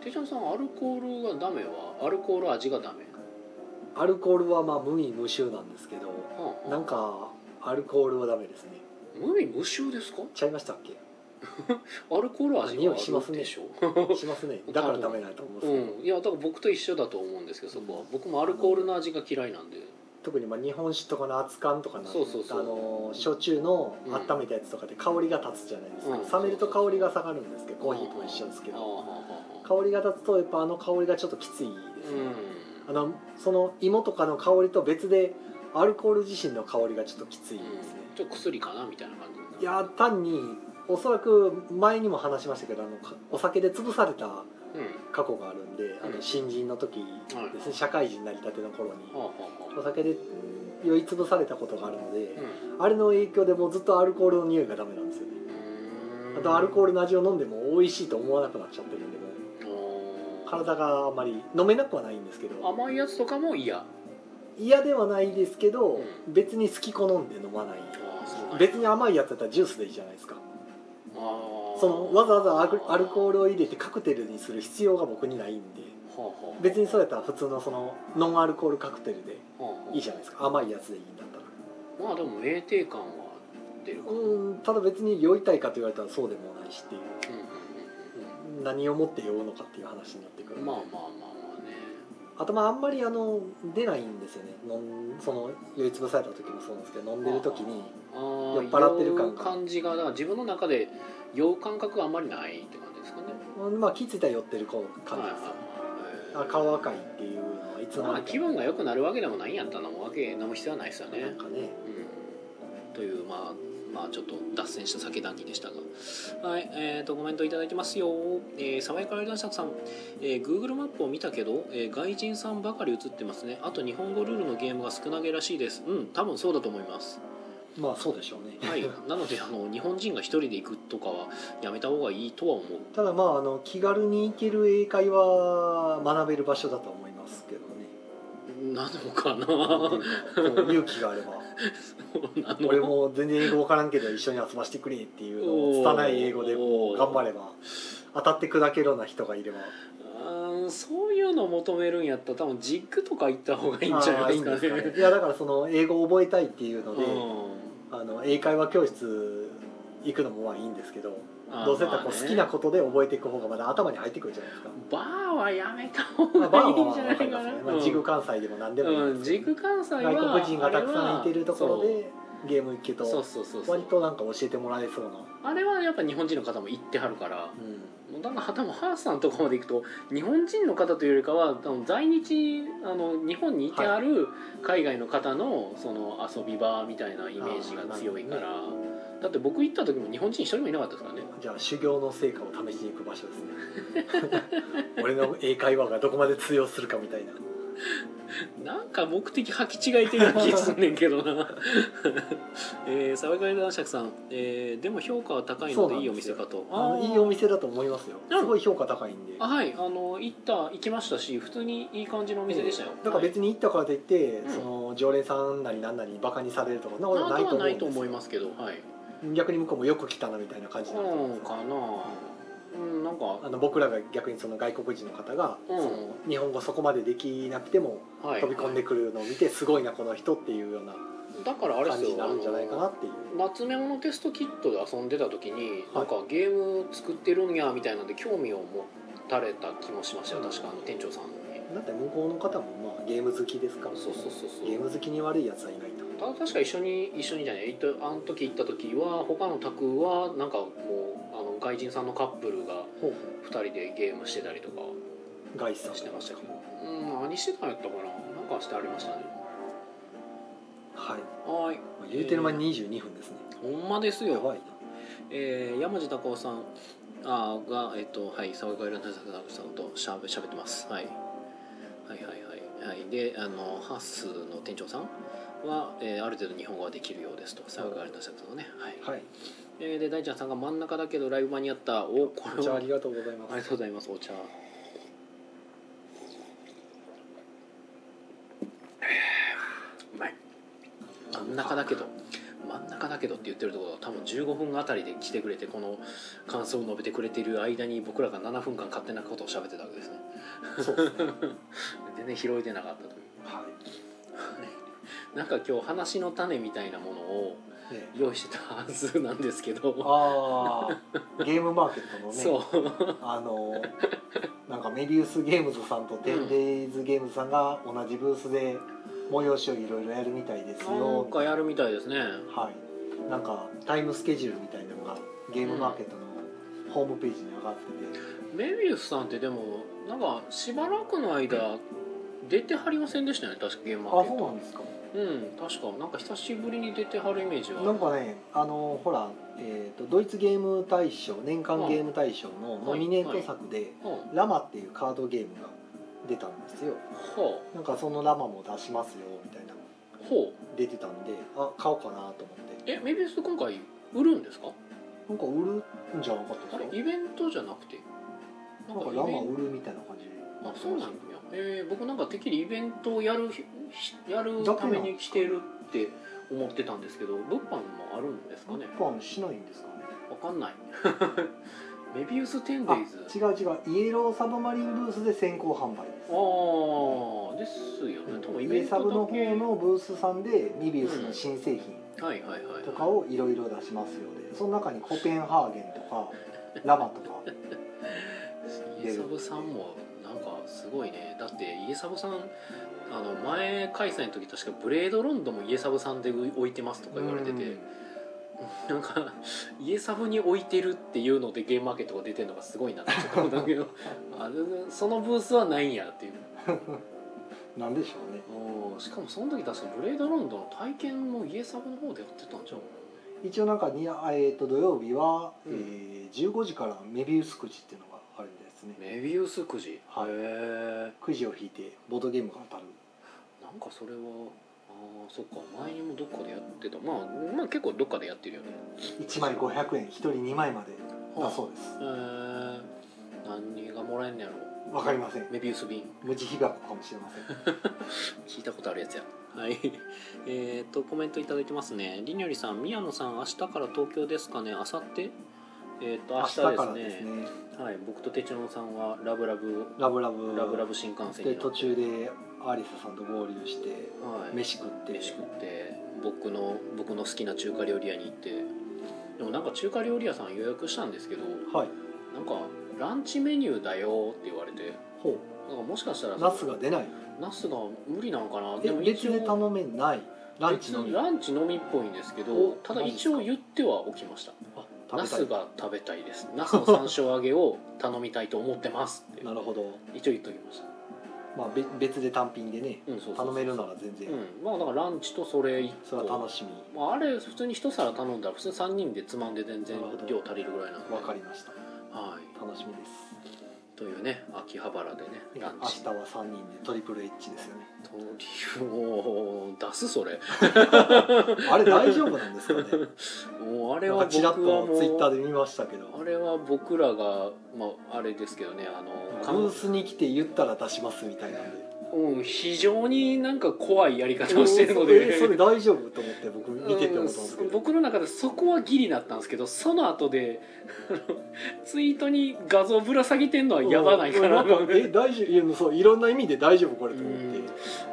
A: あ手順さんアルコールがダメはアルコール味がダメ、
B: 僕アルコールはまあ無味無臭なんですけど
A: はあはあ
B: なんかアルコールはダメですね
A: 無味無臭ですか
B: ちゃいましたっ け
A: アルコール味が
B: 匂いします
A: ある
B: ね
A: でしょ
B: しますねだからダメだと思うんですけど、
A: うんいやだから僕と一緒だと思うんですけどそこは僕もアルコールの味が嫌いなんで
B: 特にまあ日本酒とかの熱燗とかな
A: そうそうそう
B: あの焼酎の
A: うん
B: 温めたやつとかで香りが立つじゃないですか、
A: うん
B: 冷めると香りが下がるんですけどコーヒーとも一緒ですけ
A: ああ
B: ど
A: はあはあ
B: 香りが立つとやっぱあの香りがちょっときついです
A: う
B: ね、
A: ん
B: あのその芋とかの香りと別でアルコール自身の香りがちょっときついですね、
A: ちょっと薬かなみたいな感じになる
B: いや単におそらく前にも話しましたけどあのかお酒で潰された
A: うん
B: 過去があるんであ
A: うん
B: の新人の時ですね、社会人になりたての頃に
A: はあはあ
B: お
A: はあ
B: 酒で酔い潰されたことがあるので、
A: う
B: あれの影響でもうずっとアルコールの匂いがダメなんですよね
A: ん
B: あとアルコ
A: ル
B: ールの味を飲んでも美味しいと思わなくなっちゃってるんでもう体があんまり飲めなくはないんですけど
A: 甘いやつとかも嫌あ
B: 嫌ではないですけど、
A: うん
B: 別に好き好んで飲まない
A: あそうなんや
B: 別に甘いやつだったらジュースでいいじゃないですか
A: あー
B: そのわざわざアルアルコールを入れてカクテルにする必要が僕にないんで
A: はあはあ
B: 別にそうやったら普通のそのノンアルコールカクテルで
A: はあはい
B: いじゃないですか甘いやつでいいんだったら
A: まあでも酩酊感は出るかな、うんうんうん
B: うんただ別に酔いたいかと言われたらそうでもないしっていう何をもって酔うのかっていう話になってく
A: う
B: る
A: ん、
B: んで
A: まあまあまあまあね
B: あとまああんまりあの出ないんですよね飲んその酔いつぶされた時もそうなんですけど飲んでる時に
A: あー
B: 酔っ払ってる感
A: 酔
B: が
A: う感じがだから自分の中で酔う感覚があんまりないって感じですかね
B: うんまあ気付いたら酔ってるこう感じ
A: はい
B: で
A: は
B: すよ
A: いはい
B: あ顔赤いっていうのはいつの
A: ま
B: 間
A: あ
B: にか
A: 気分が良くなるわけでもないんやったら飲むわけ飲む必要はないですよね
B: なんかね
A: うんというまあまあ、ちょっと脱線した酒談義でしたが、はいえー、とコメントいただいてますよ、えー、爽やかライダーシャツさん、えー、Google マップを見たけど、えー外人さんばかり映ってますねあと日本語ルールのゲームが少なげらしいですうん多分そうだと思い ます
B: まあそうでしょうね、
A: はい、なのであの日本人が一人で行くとかはやめた方がいいとは思う
B: ただまああの気軽に行ける英会話学べる場所だと思いますけどね
A: なのかな
B: こう勇気があれば
A: そうなの
B: 俺も全然英語わからんけど一緒に集ましてくれっていうのを拙い英語でこ
A: おー
B: う頑張れば当たって砕けるような人がいれば
A: あーそういうのを求めるんやったら多分ジッグとか行った方がいいんじゃ
B: あ
A: な
B: ー
A: い
B: いいん
A: で
B: ですす
A: か
B: か
A: ね
B: ねいやだからその英語を覚えたいっていうので
A: う
B: あの英会話教室行くのもまあいいんですけど
A: ん
B: どうせやったら
A: あーまあ
B: こう
A: ね
B: 好きなことで覚えていく方がまだ頭に入ってくるじゃないですか
A: バーはやめた方
B: まあ、バ
A: がい
B: ー
A: いん
B: は
A: じゃ
B: まあ
A: ない
B: わか
A: かな
B: りますね、まあ、ジグ関西でも何でもいい
A: うんん
B: ですけ
A: ジ
B: ど
A: グ関西は
B: 外国人がたくさんいてるところでゲーム行け
A: あれはそう
B: と
A: そうそうそう
B: 割となんか教えてもらえそうな、
A: あれはやっぱ日本人の方も行ってはるからもうだから多分ハースさんとかまで行くと日本人の方というよりかは多分在日あの日本にいてある海外の方のその遊び場みたいなイメージが強いから、だって僕行った時も日本人一人もいなかったですからね
B: じゃあ修行の成果を試しに行く場所ですね 俺の英会話がどこまで通用するかみたいな
A: なんか目的履き違えてるような気がすんねんけどな えー、沢井男爵さん、えーでも評価は高いのでいいお店かと
B: あの
A: あー
B: いいお店だと思いますよ
A: うん
B: すごい評価高いんで
A: あはいあの行った行きましたし普通にいい感じのお店でしたよ、
B: だから別に行ったからといって、
A: うん
B: その常連さんなりなんなりバカにされるとかそんなこと
A: は
B: ないい
A: なんとは
B: と思う
A: ない
B: ん
A: と
B: です
A: 思
B: よ
A: いますけどはい
B: 逆に向こうもよく来たなみたいな感じになると思うん
A: う
B: で
A: ん
B: すよ
A: かなうんなんか
B: あの僕らが逆にその外国人の方が、
A: うん
B: その日本語そこまでできなくても
A: はい
B: 飛び込んでくるのを見てすごいなこの人っていうような
A: だからあれで
B: 感
A: す
B: じ
A: よ
B: になるんじゃないかなっていう
A: あの夏メモのテストキットで遊んでた時に、
B: は
A: ないんかゲーム作ってるんやみたいなんで興味を持たれた気もしましたよ確かあの店長さんに
B: だって向こうの方もまあゲーム好きですから
A: そうそうそうそう
B: ゲーム好きに悪いやつはいないと
A: ただ確か一緒に一緒にじゃないえっとあの時行った時は他の宅はなんかもうあの外人さんのカップルが
B: ほう
A: 2人でゲームしてたりとか
B: 外出さん
A: してましたけどうん何してたんやったかななんかしてありましたね
B: はい
A: はい
B: まあ言うてる間に22分ですね、
A: ほんまですよ
B: やばいな
A: えー山地孝夫さんあーが、えっとはい、沢川良作さんとしゃべしゃべってます、はい、はいはいはいはいであのハッスの店長さんは、えーある程度日本語はできるようですと沢川良作さんのね、はい
B: はい
A: えーで大ちゃんさんが真ん中だけどライブ間に合ったおこれ
B: じゃあ
A: は
B: ありがとうございま
A: ありが
B: す
A: とうございますお茶うまい真ん中だけど真ん中だけどって言ってるところは多分15分あたりで来てくれてこの感想を述べてくれている間に僕らが7分間勝手なことを喋ってたわけですね
B: そうですね、
A: 全然拾えてなかったという
B: は
A: なんか今日話の種みたいなものを
B: いね、
A: 用意してたはずなんですけど
B: ああゲームマーケットのね
A: そう
B: あのなんかメビウスゲームズさんとテンデイズゲームズさんが同じブースで催しをいろいろやるみたいです
A: な
B: よ
A: ん、かやるみたいですね
B: はい、なんかタイムスケジュールみたいなのがゲームマーケットのホームページに上がってて、
A: メビウスさんってでもなんかしばらくの間出てはりませんでしたよね確かゲームマー
B: あ
A: ケッ
B: そう
A: ト
B: なんですか
A: うん確かなんか久しぶりに出てはるイメージ
B: な
A: は
B: んかねあのほら、えー、とドイツゲーム大賞年間ゲーム大賞のノミネート作で
A: うんは
B: 「ラマ」っていうカードゲームが出たんですよ
A: あ
B: なんかその「ラマ」も出しますよみたいな
A: ほう
B: 出てたんであ買おうかなと思って
A: えメビウス今回売るんですか
B: なんか売るんじゃなかった
A: あ
B: で
A: れ
B: すか
A: イベントじゃなくてな
B: なんか
A: イベ
B: ラマ
A: ン
B: 売るみたいな感じ
A: あそうなんや、えー僕なんかてっきりイベントをやるひしやるために来てるって思ってたんですけど物販もあるんですかね
B: 一本しないんですかね
A: わかんない メビウステン
B: あ
A: デイズ
B: 違う違うイエローサブマリンブースで先行販売です
A: ああですよね多分イベント
B: サブ
A: だ
B: の方
A: け
B: のブースさんでミビウスの新製品
A: はいはいはい
B: とかをいろいろ出しますよでその中にコペンハーゲンとかラバとか
A: イエサブさんもなんかすごいねだってイエサブさんあの前開催の時確か「ブレードロンド」もイエサブさんで置いてますとか言われててなんかイエサブに置いてるっていうのでゲームマーケットが出てるのがすごいなってちょっと思うんだけど あれそのブースはないんやっていう
B: うんなんでしょうね
A: おーしかもその時確か「ブレードロンド」の体験もイエサブの方でやってたんじゃん
B: 一応なんかに、あえー、と土曜日は、
A: うん
B: えー、15時からメビウスくじっていうのがあるんですね
A: メビウスくじ、
B: はい
A: へえ
B: くじを引いてボードゲームが当たる
A: なんかそれはああそっか前にもどっかでやってたまあまあ結構どっかでやってるよね
B: 1枚500円1人2枚までだそうです
A: へえ何がもらえんねやろ
B: わかりません
A: メビウス瓶
B: 無慈悲箱かもしれません
A: 聞いたことあるやつやはい えー、っとコメントいただいてますねりにょりさん宮野さん明日から東京ですかね明後日えー、っと明
B: 明
A: 日で
B: 日
A: すね
B: からですね
A: はい僕と手帳さんはラブラブ
B: ラブラブ
A: ラブラブ新幹線
B: で
A: に乗
B: 途
A: って
B: 中でアリサさんと合流して
A: はい
B: 飯食って
A: 飯食って僕の僕の好きな中華料理屋に行ってでもなんか中華料理屋さん予約したんですけど
B: はい
A: なんかランチメニューだよって言われて
B: ほ
A: なんかもしかしたら
B: うナスが出ない
A: ナスが無理なんかな
B: え
A: でも
B: 別
A: 一
B: で
A: 応
B: 頼めないランチのみあ
A: ランチのみっぽいんですけど
B: お
A: ただ
B: マジっ
A: 一
B: すか
A: 応言ってはおきましたナ
B: 食べた
A: ス
B: い
A: が食べたいですナスの山椒揚げを頼みたいと思ってますって
B: なるほど
A: 一応言っときました
B: まあべ別で単品でね
A: うんそうそうそう
B: 頼めるなら全然
A: うんまあだからランチとそれ一
B: そ
A: 個
B: れは楽しみ
A: まあ、あれ普通に一皿頼んだら普通に3人でつまんで全然
B: なるほど
A: 量足りるぐらいなんで
B: わかりました
A: は
B: 楽しみです
A: い、というね秋葉原でね
B: 明日
A: ランチ
B: は3人でトリプル H ですよね
A: と理由を出すそれ
B: あれ大丈夫なんですか ね
A: もうあれ
B: なん
A: は
B: か
A: 僕
B: ちらっ
A: は
B: と
A: も
B: ツイッター
A: う
B: で見ましたけど
A: あれは僕らが、まあ、あれですけどねあの
B: ブースに来て言ったら出しますみたいなんで
A: うん、非常になんか怖いやり方をしてるので、
B: えそれ大丈夫と思って僕見てて思ったんですけ
A: うん
B: ど
A: 僕の中でそこはギリだったんですけどその 後であのツイートに画像ぶら下げてんのはやばないかな
B: うんんかえ大丈夫いやそういろんな意味で大丈夫これと思って、
A: うん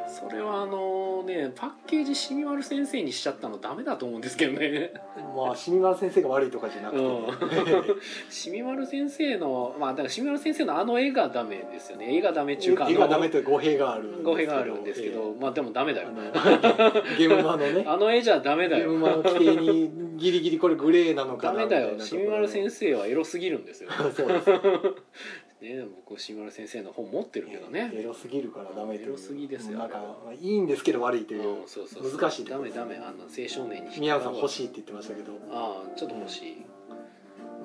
A: それはあのねパッケージシニワル先生にしちゃったのダメだと思うんですけど ね
B: まあシミマ先生が悪いとかじゃなくて、
A: シニワル先生のまあだからシニワル先生のあの絵がダメですよね絵がダメ中間
B: 絵がダメという語弊があるんですけど
A: 語弊があるんですけど、まあでもダメだ
B: えー
A: よ
B: あのゲームマのね
A: あの絵じゃ ダメだ
B: ゲーム
A: よ
B: マの規定にギリギリこれグレーなのか
A: ダ
B: な
A: メだよ
B: みた
A: シ
B: い
A: ニ
B: な
A: ワル先
B: 生
A: 生はエロすぎるんですよ
B: そうです
A: ね僕シニワル先生の本持ってるけどね
B: エロすぎるからダメという
A: エロすぎですよ
B: なんかまあいいんですけど悪いという
A: うんそうそうそう
B: 難しいと
A: ダ
B: こ
A: メ
B: です
A: ダメあの青少年に引っ
B: 宮野さん欲
A: い
B: しいって言ってましたけど
A: ああちょっと欲しい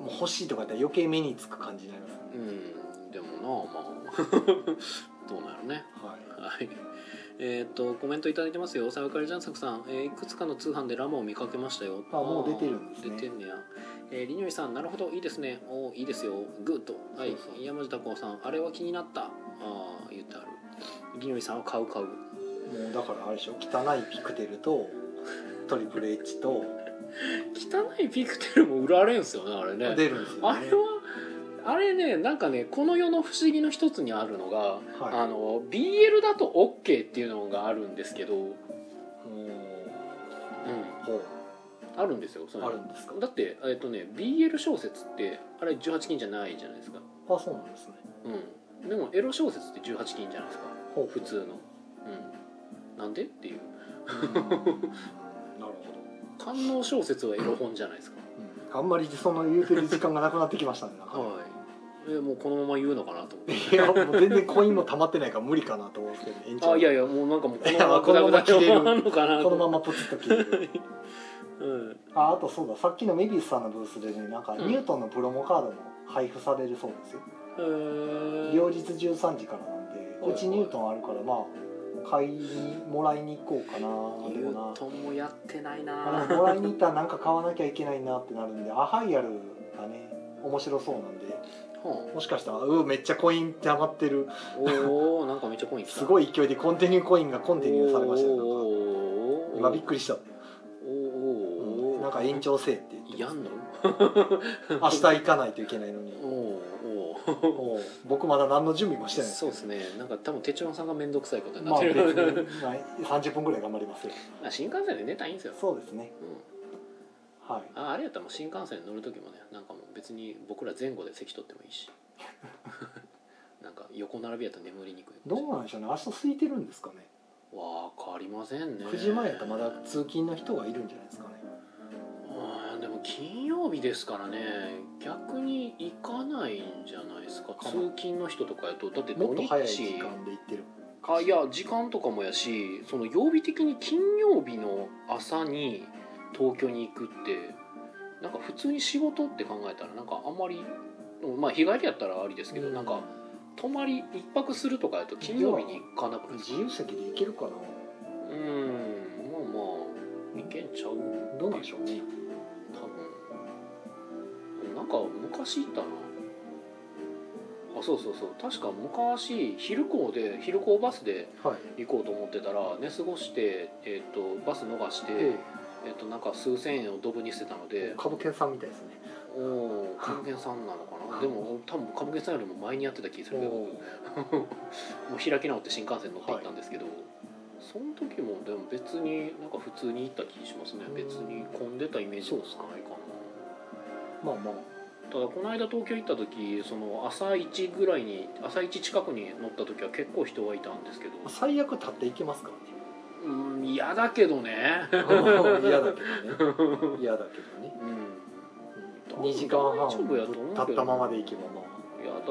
B: もう欲しいとかだったら余計目につく感じになりますね、
A: うんでもなあまあ どうなるね
B: はい、
A: はいえーっとコメントいただいてますよさよかりジャンサクさん、えーいくつかの通販でラマを見かけましたよ
B: あもう出てるんですね
A: 出てんねやえー、りにょりさんなるほどいいですねおーいいですよグッドはい
B: そうそう
A: 山下孝さんあれは気になったあー言ってあるりにょりさんは買う買う
B: もうだからあれでしょ汚いピクテルとトリプル H と
A: 汚いピクテルも売られんすよねあれね
B: 出るんですよ
A: あ
B: ね
A: れはあれねなんかねこの世の不思議の一つにあるのが、
B: はい
A: あの BL だと OK っていうのがあるんですけど、うん、
B: うんほう
A: あるんですよその
B: あるんですか
A: だってえっとね BL 小説ってあれ18禁じゃないじゃないですか、
B: あそうなんですね
A: うん、でもエロ小説って18禁じゃないですか
B: ほう
A: 普通の、うん、なんでっていう
B: うんなるほど、
A: 官能小説はエロ本じゃないですか
B: うん、あんまりその言うてる時間がなくなってきましたね なんか
A: はいえもうこのまま言うのかなと思って
B: いやもう全然コインも溜まってないから無理かなと思うんですけど、ね、延長
A: あいやいやもうなんかもうこのまま
B: いやこのまま
A: グダグダに
B: 切れる
A: 終わんのかなと
B: このままポツッと切れる
A: うん
B: ああとそうださっきのメビウスさんのブースでねなんか
A: うん
B: ニュートンのプロモカードも配布されるそうですよ
A: へー
B: 両日13時からなんで
A: はいう
B: ちニュートンあるからまあ買いにもらいに行こうかな
A: ニ
B: と
A: ュ
B: か
A: ートンもやってない
B: なあ
A: な
B: でももらいに行ったらなんか買わなきゃいけないなってなるんで アハイアルがね面白そうなんで
A: ほ
B: もしかしたらうわめっちゃコイン溜まってる
A: うおおなんかめっちゃコイン来た
B: すごい勢いでコンティニューコインがコンティニューされましたよなんか
A: おー
B: 今びっくりした、
A: おーおー
B: なんか延長制って言って
A: や
B: ます
A: んの
B: 明日行かないといけないのに
A: おおーお
B: もう僕まだ何の準備も して
A: ー
B: ない
A: そうですねなんか多分手帳さんが面倒くさいことにな
B: ま
A: っ
B: あ
A: て
B: 別
A: る、
B: に、まあ、30分ぐらい 頑張りますよ
A: あ、新幹線で寝たらいいんですよ、
B: そうですね
A: う
B: はい
A: ん、ああれやったらもう新幹線乗る時もねなんかもう別に僕ら前後で席取ってもいいし なんか横並びやったら眠りにくい
B: どうなんでしょうね明日空いてるんですかね
A: わかりませんね
B: 9時前やったらまだ通勤の人がいるんじゃないですかね
A: うんでも金曜日ですからね逆に行かないんじゃないですか
B: か
A: 通勤の人とかやとだって
B: も
A: 土
B: っと
A: 日
B: 早い時間で行ってる
A: あいや時間とかもやしその曜日的に金曜日の朝に東京に行くってなんか普通に仕事って考えたらなんかあんまりうんまあ日帰りやったらありですけど、なんか泊まり一泊するとかやと金曜日に行かなくないです
B: 自
A: か
B: 由席で行けるかな
A: うんまあまあ行けんちゃう
B: どうなんでしょうね
A: 多分なんか昔行ったなあそうそうそう確か昔昼行で昼行バスで
B: はい
A: 行こうと思ってたら寝過ごして、えっとバス逃して、
B: え
A: えっとなんか数千円をドブに捨てたの
B: え
A: で
B: 株券さんみたいですね
A: おお歌舞伎さんなのかなでも多分歌舞伎さんよりも前にやってた気がするけど
B: お
A: もう開き直って新幹線乗って行ったんですけど、その時もでも別になんか普通に行った気しますね
B: うん
A: 別に混んでたイメージもないかな
B: まあまあ
A: ただこの間東京行った時その朝一ぐらいに朝一近くに乗った時は結構人がいたんですけど
B: 最悪立っていけますか
A: うん嫌だけどね
B: らね嫌だけどね嫌だけどね
A: うん
B: 2時間半
A: 大丈夫やと思うけど
B: 立ったままで行けばま
A: やだ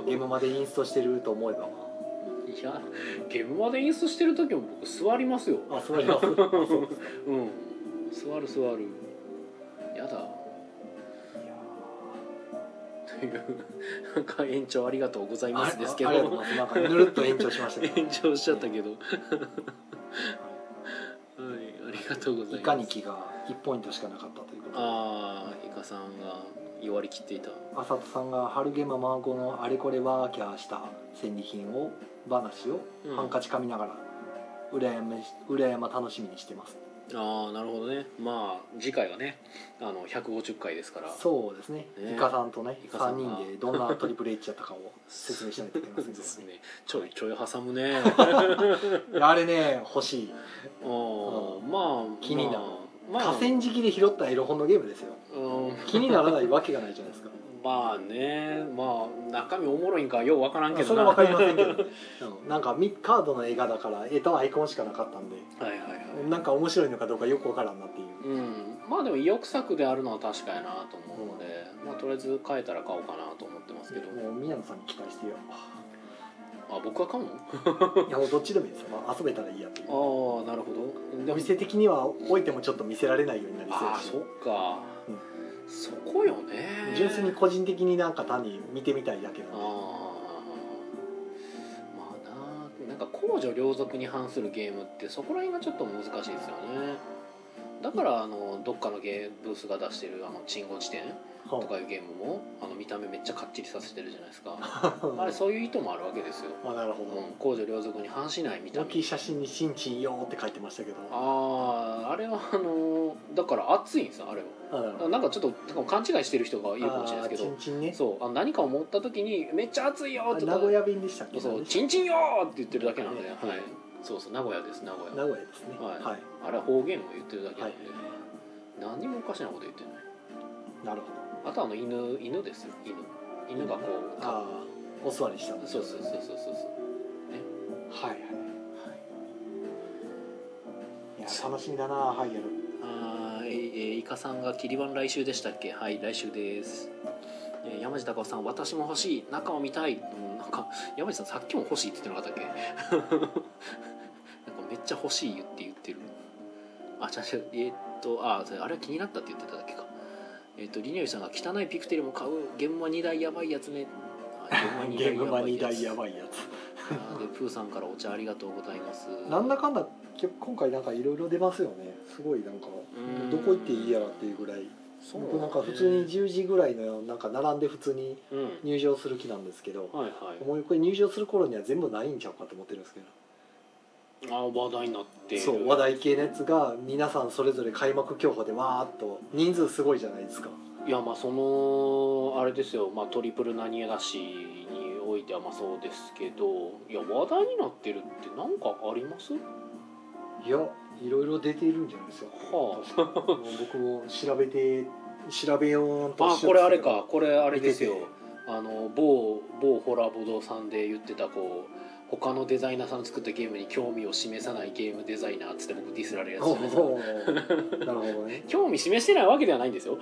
B: あゲームまでインストしてると思えば
A: いやゲームまでインストしてる時も僕座ります よ
B: あ座りますあそうですか
A: うん座る座るやだ
B: いや
A: というなんか延長ありがとうござい
B: ー
A: ますですけ
B: あありがとう
A: ど
B: ございますなんかぬるっと延長しましたけど
A: 延長しちゃったけどはいありがとうございます
B: いかにきが1ポイントしかなかったということで
A: ああイカさんが弱り切っていた
B: 浅田さんが「春ゲマ孫のあれこれワーキャーした戦利品を話を
A: うん
B: ハンカチ噛みながら羨まし羨ま楽しみにしてます」
A: ああなるほどねまあ次回はねあの150回ですから
B: そうですね
A: ね
B: イカさんとね
A: イカさ
B: 3
A: んが
B: 人でどんなトリプル H やったかを 説明しないといけませんけ
A: です
B: どね
A: ねちょいちょい挟む ね
B: いやあれね欲しい
A: おまあ
B: 気になる
A: まあ、まあ
B: 河川敷で拾ったエロ本のゲームですよ
A: うん
B: 気にならないわけがないじゃないですか
A: まあねまあ中身おもろいんかようわからんけど
B: それ
A: な
B: は分かりません けどね、うんなんかみカードの映画だから絵とアイコンしかなかったんで
A: はいはいはい
B: なんか面白いのかどうかよくわからんなっていう
A: うんまあでも意欲作であるのは確かやなと思うので、まあとりあえず買えたら買おうかなと思ってますけど、
B: もう宮野さんに期待してよ
A: あ僕は買うの
B: いやもうどっちでもいいですよ、まあ、遊べたらいいやっていう
A: ああなるほどでも
B: お店的には置いてもちょっと見せられないようになりそう
A: あ
B: だ
A: あ
B: し
A: そっか、
B: うん
A: そこよね
B: 純粋に個人的になんか単に見てみたいだけなん
A: あ
B: で
A: あまあななんか公序良俗に反するゲームってそこら辺がちょっと難しいですよねだからあのどっかのゲームブースが出してるあの鎮護地点とかいうゲームもあの見た目めっちゃかっちりさせてるじゃないです か
B: あ
A: あれそういう意図もあるわけですよ
B: あなるほ
A: う
B: ど
A: ん公序良俗に反しない見た
B: 大
A: 目
B: きい写真に「新陳よ」って書いてましたけどあ
A: あああれはあのだから熱いんですよあれは
B: なるほど
A: なんかちょっと勘違いしてる人がいるかもしれないですけ
B: あ
A: ど
B: ーチンチンね
A: そうあ何かを持った時に「めっちゃ熱いよ」
B: あ
A: って
B: 名古屋便でしたっけ
A: そう「
B: 何で
A: チンチンよ!」って言ってるだけなんで、
B: ね
A: はい、そうそう名古屋です名古
B: 名
A: 屋
B: 古屋ですね
A: は
B: はいい、
A: あれは方言を言ってるだけなんで、
B: は
A: 何にもおかしなこと言ってない
B: なるほど
A: あとあの犬犬ですよ犬犬がこう
B: あ
A: か
B: あお座りしたんです
A: そう
B: よ
A: そうそうそうそうそう
B: はいはいいや楽しみだなハイエル
A: あーえーえーイカさんが「キリバン来週でしたっけはい来週です」えー山地隆夫さん「私も欲しい中を見たい」うん、なんか山地さんさっきも欲しいって言ってなかったっけ なんかめっちゃ欲しいって言ってるあじゃあえーっとあそれあれは気になったって言ってただけかえーっとリニョリさんが「汚いピクテルも買う現場2台やばいやつね」あ
B: ゲームマ2台や
A: い
B: ばいやつ
A: やつあーでプーさんからお茶ありがとうございます
B: なんだかんだ結構今回なんかいろいろ出ますよねすごいなんか
A: うん
B: どこ行っていいやらっていうぐらい
A: そう
B: 僕なんか普通に10時ぐらいのなんか並んで普通に
A: うん
B: 入場する気なんですけど
A: はいはい
B: もうこれ入場する頃には全部ないんちゃうかと思ってるんですけど
A: あ話題になっている
B: そう話題系のやつが皆さんそれぞれ開幕競歩でわーっと人数すごいじゃないですか
A: いやまあそのあれですよ、まあ、トリプル何がしにおいてはまあそうですけどいや話題になってるって何かあります
B: いやいろいろ出ているんじゃない ですか、
A: はあ
B: 確かにもう僕も調べて調べようと
A: あ
B: し
A: これあれ かこれあ
B: あ
A: れですよあの某某ホラボドさんで言ってたこう他のデザイナーさんの作ったゲームに興味を示さないゲームデザイナーっつって僕ディスられるやつじゃないですか
B: なるほどね
A: 興味示してないわけではないんですよ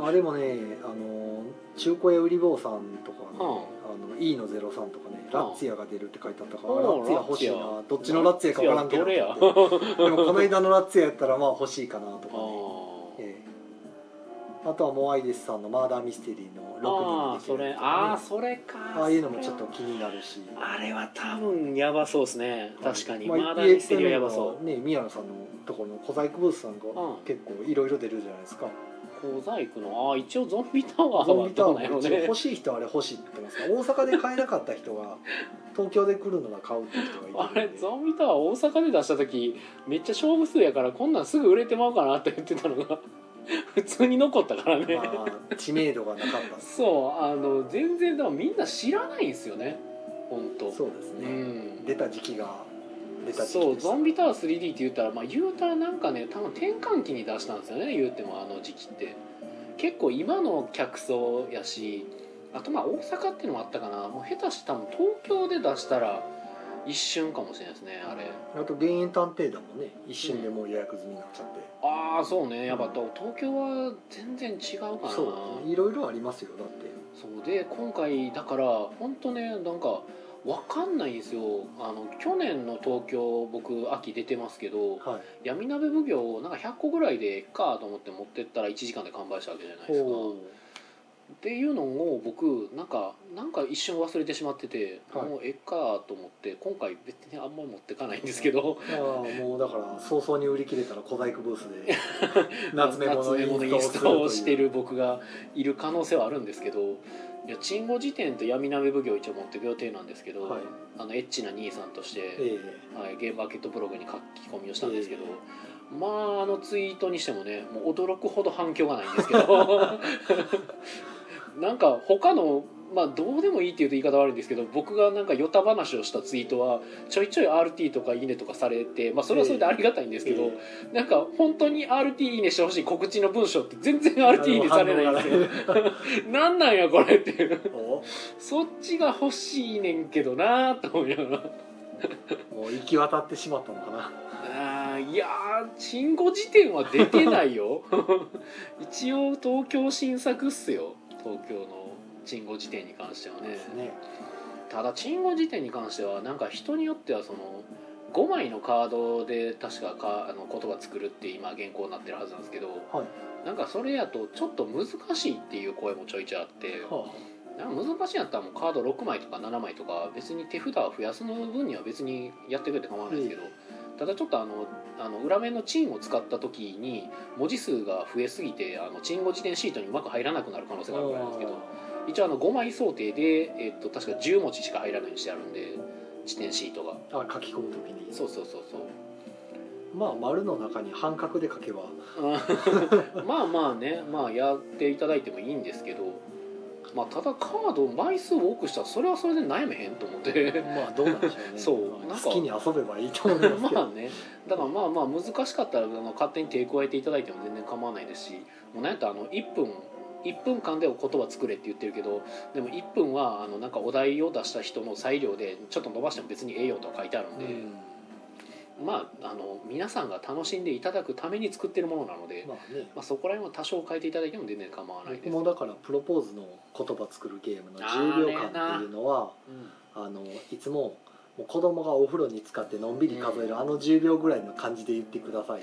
B: あれもねあの中古屋売り坊さんとかね、
A: うん
B: あの E のゼロさんとかねラッツィアが出るって書いてあったから
A: おー
B: ラッツィア欲しい
A: ラッツィ
B: な
A: ア
B: どっちのラッツィアか分からんけど
A: どれやあ
B: でもこの間のラッツィアやったらまあ欲しいかなとかね
A: ー
B: ええあとはモアイデスさんの「マーダーミステリー」の
A: あ
B: 6人
A: ー
B: できる
A: それ
B: やつと
A: ああ
B: かね
A: それか
B: ああいうのもちょっと気になるし
A: あれは多分やばそうですね確かに
B: まあ
A: まだミステリーはやばそ
B: EXMN のね宮野さんのところの小細工ブースさんが
A: うん
B: 結構いろいろ出るじゃないですか
A: う小細工のああ一応ゾンビタワー
B: ゾン
A: は
B: ビタ
A: どう
B: ワ
A: なんやろ
B: ーも
A: う
B: 一応
A: ね
B: 欲しい人はあれ欲しいって言ってますから大阪で買えなかった 人が東京で来るのが買うっていう人がいる
A: あ
B: んで
A: れゾンビタワー大阪で出した時めっちゃ勝負数やからこんなんすぐ売れてまうかなって言ってたのが 普通に残ったからね、
B: まあ知名度がなかったっす
A: そうあの全然でもみんな知らないんですよね本当
B: そうです
A: う
B: ね、
A: ん
B: 出た時期が出た時期
A: そうゾンビタ
B: ワ
A: ワー 3D って言ったら、まあ、言うたらなんかね多分転換期に出したんですよね言うてもあの時期って結構今の客層やしあとまあ大阪っていうのもあったかなもう下手して多分東京で出したら一瞬かもしれないですねあれ
B: ーあと減塩探偵団もね一瞬でもう予約済みになっちゃって、
A: ああそうねやっぱ東京は全然違うかな
B: そうだねいろいろありますよだって
A: そうで今回だから本当ねなんかわかんないんですよあの去年の東京僕秋出てますけど
B: はい
A: 闇鍋奉行なんか100個ぐらいでええかと思って持ってったら1時間で完売したわけじゃないですか
B: ほう
A: っていうのを僕なんかなんか一瞬忘れてしまってて、
B: はい
A: もうええかと思って今回別にあんまり持ってかないんですけど
B: あーもうだから早々に売り切れたら小細工ブース で夏メモの
A: 夏メ
B: イン
A: モのイン
B: ス
A: ス
B: ト
A: ト
B: を
A: を
B: す
A: し
B: るとい
A: て
B: う
A: る僕がいる可能性はあるんですけどいやチンゴ辞典と闇鍋奉行一応持っていく予定なんですけど、
B: はい
A: あのエッチな兄さんとして、
B: え
A: はい、ゲームマーケットブログに書き込みをしたんですけど、まああのツイートにしてもねもう驚くほど反響がないんですけ どなんか他のまあどうでもいいっていうと言い方悪いんですけど僕がなんかヨタ話をしたツイートはちょいちょい RT とか「いいね」とかされて、まあ、それはそれでありがたいんです
B: え
A: けど、なんか本当に RT いいねしてほしい告知の文章って全然 RT いいねされないんですよなんなんやこれっていう
B: お
A: そっちが欲しいねんけどなと思いながら。
B: もう行き渡ってしまったのかな
A: あーいやーチンゴ辞典は出てない よ一応東京新作っすよ東京のチンゴ辞典に関してはね
B: ですね
A: ただチンゴ辞典に関してはなんか人によってはその5枚のカードで確かかあの言葉作るって今現行になってるはずなんですけど
B: はい、
A: なんかそれやとちょっと難しいっていう声もちょいちょいあって
B: は
A: なんか難しいんやったらもうカード6枚とか7枚とか別に手札を増やすの分には別にやってくれて構わないですけど、ただちょっとあのあの裏面のチンを使った時に文字数が増えすぎてあのチン語辞典シートにうまく入らなくなる可能性があるぐらいなんですけど
B: あ
A: 一応あの5枚想定で、えっと確か10文字しか入らないようにしてあるんで辞典シートが
B: ーあ書き込むときに
A: そうそうそうそう
B: まあ丸の中に半角で書けば
A: うんまあまあねまあやっていただいてもいいんですけど、まあ、ただカード枚数を多くしたらそれはそれで悩めへんと思って。
B: まあどうなんでしょ うね
A: そう
B: まあ
A: なんか
B: 好きに遊べばいいと思いますけ
A: まあ
B: ど、
A: ねだからまあまあ難しかったらあの勝手に手加えていただいても全然構わないですしもうなんやったらあの1分1分間でお言葉作れって言ってるけどでも1分はあのなんかお題を出した人の裁量でちょっと伸ばしても別にええよとは書いてあるん
B: う
A: で、
B: ん
A: まああの皆さんが楽しんでいただくために作ってるものなので、
B: まあね
A: まあ、そこら辺は多少変えていただいても全然構わないです
B: 僕。もだからプロポーズの言葉作るゲームの10秒間っていうのはあのいつももう子供がお風呂に浸かってのんびり数える、あの10秒ぐらいの感じで言ってください、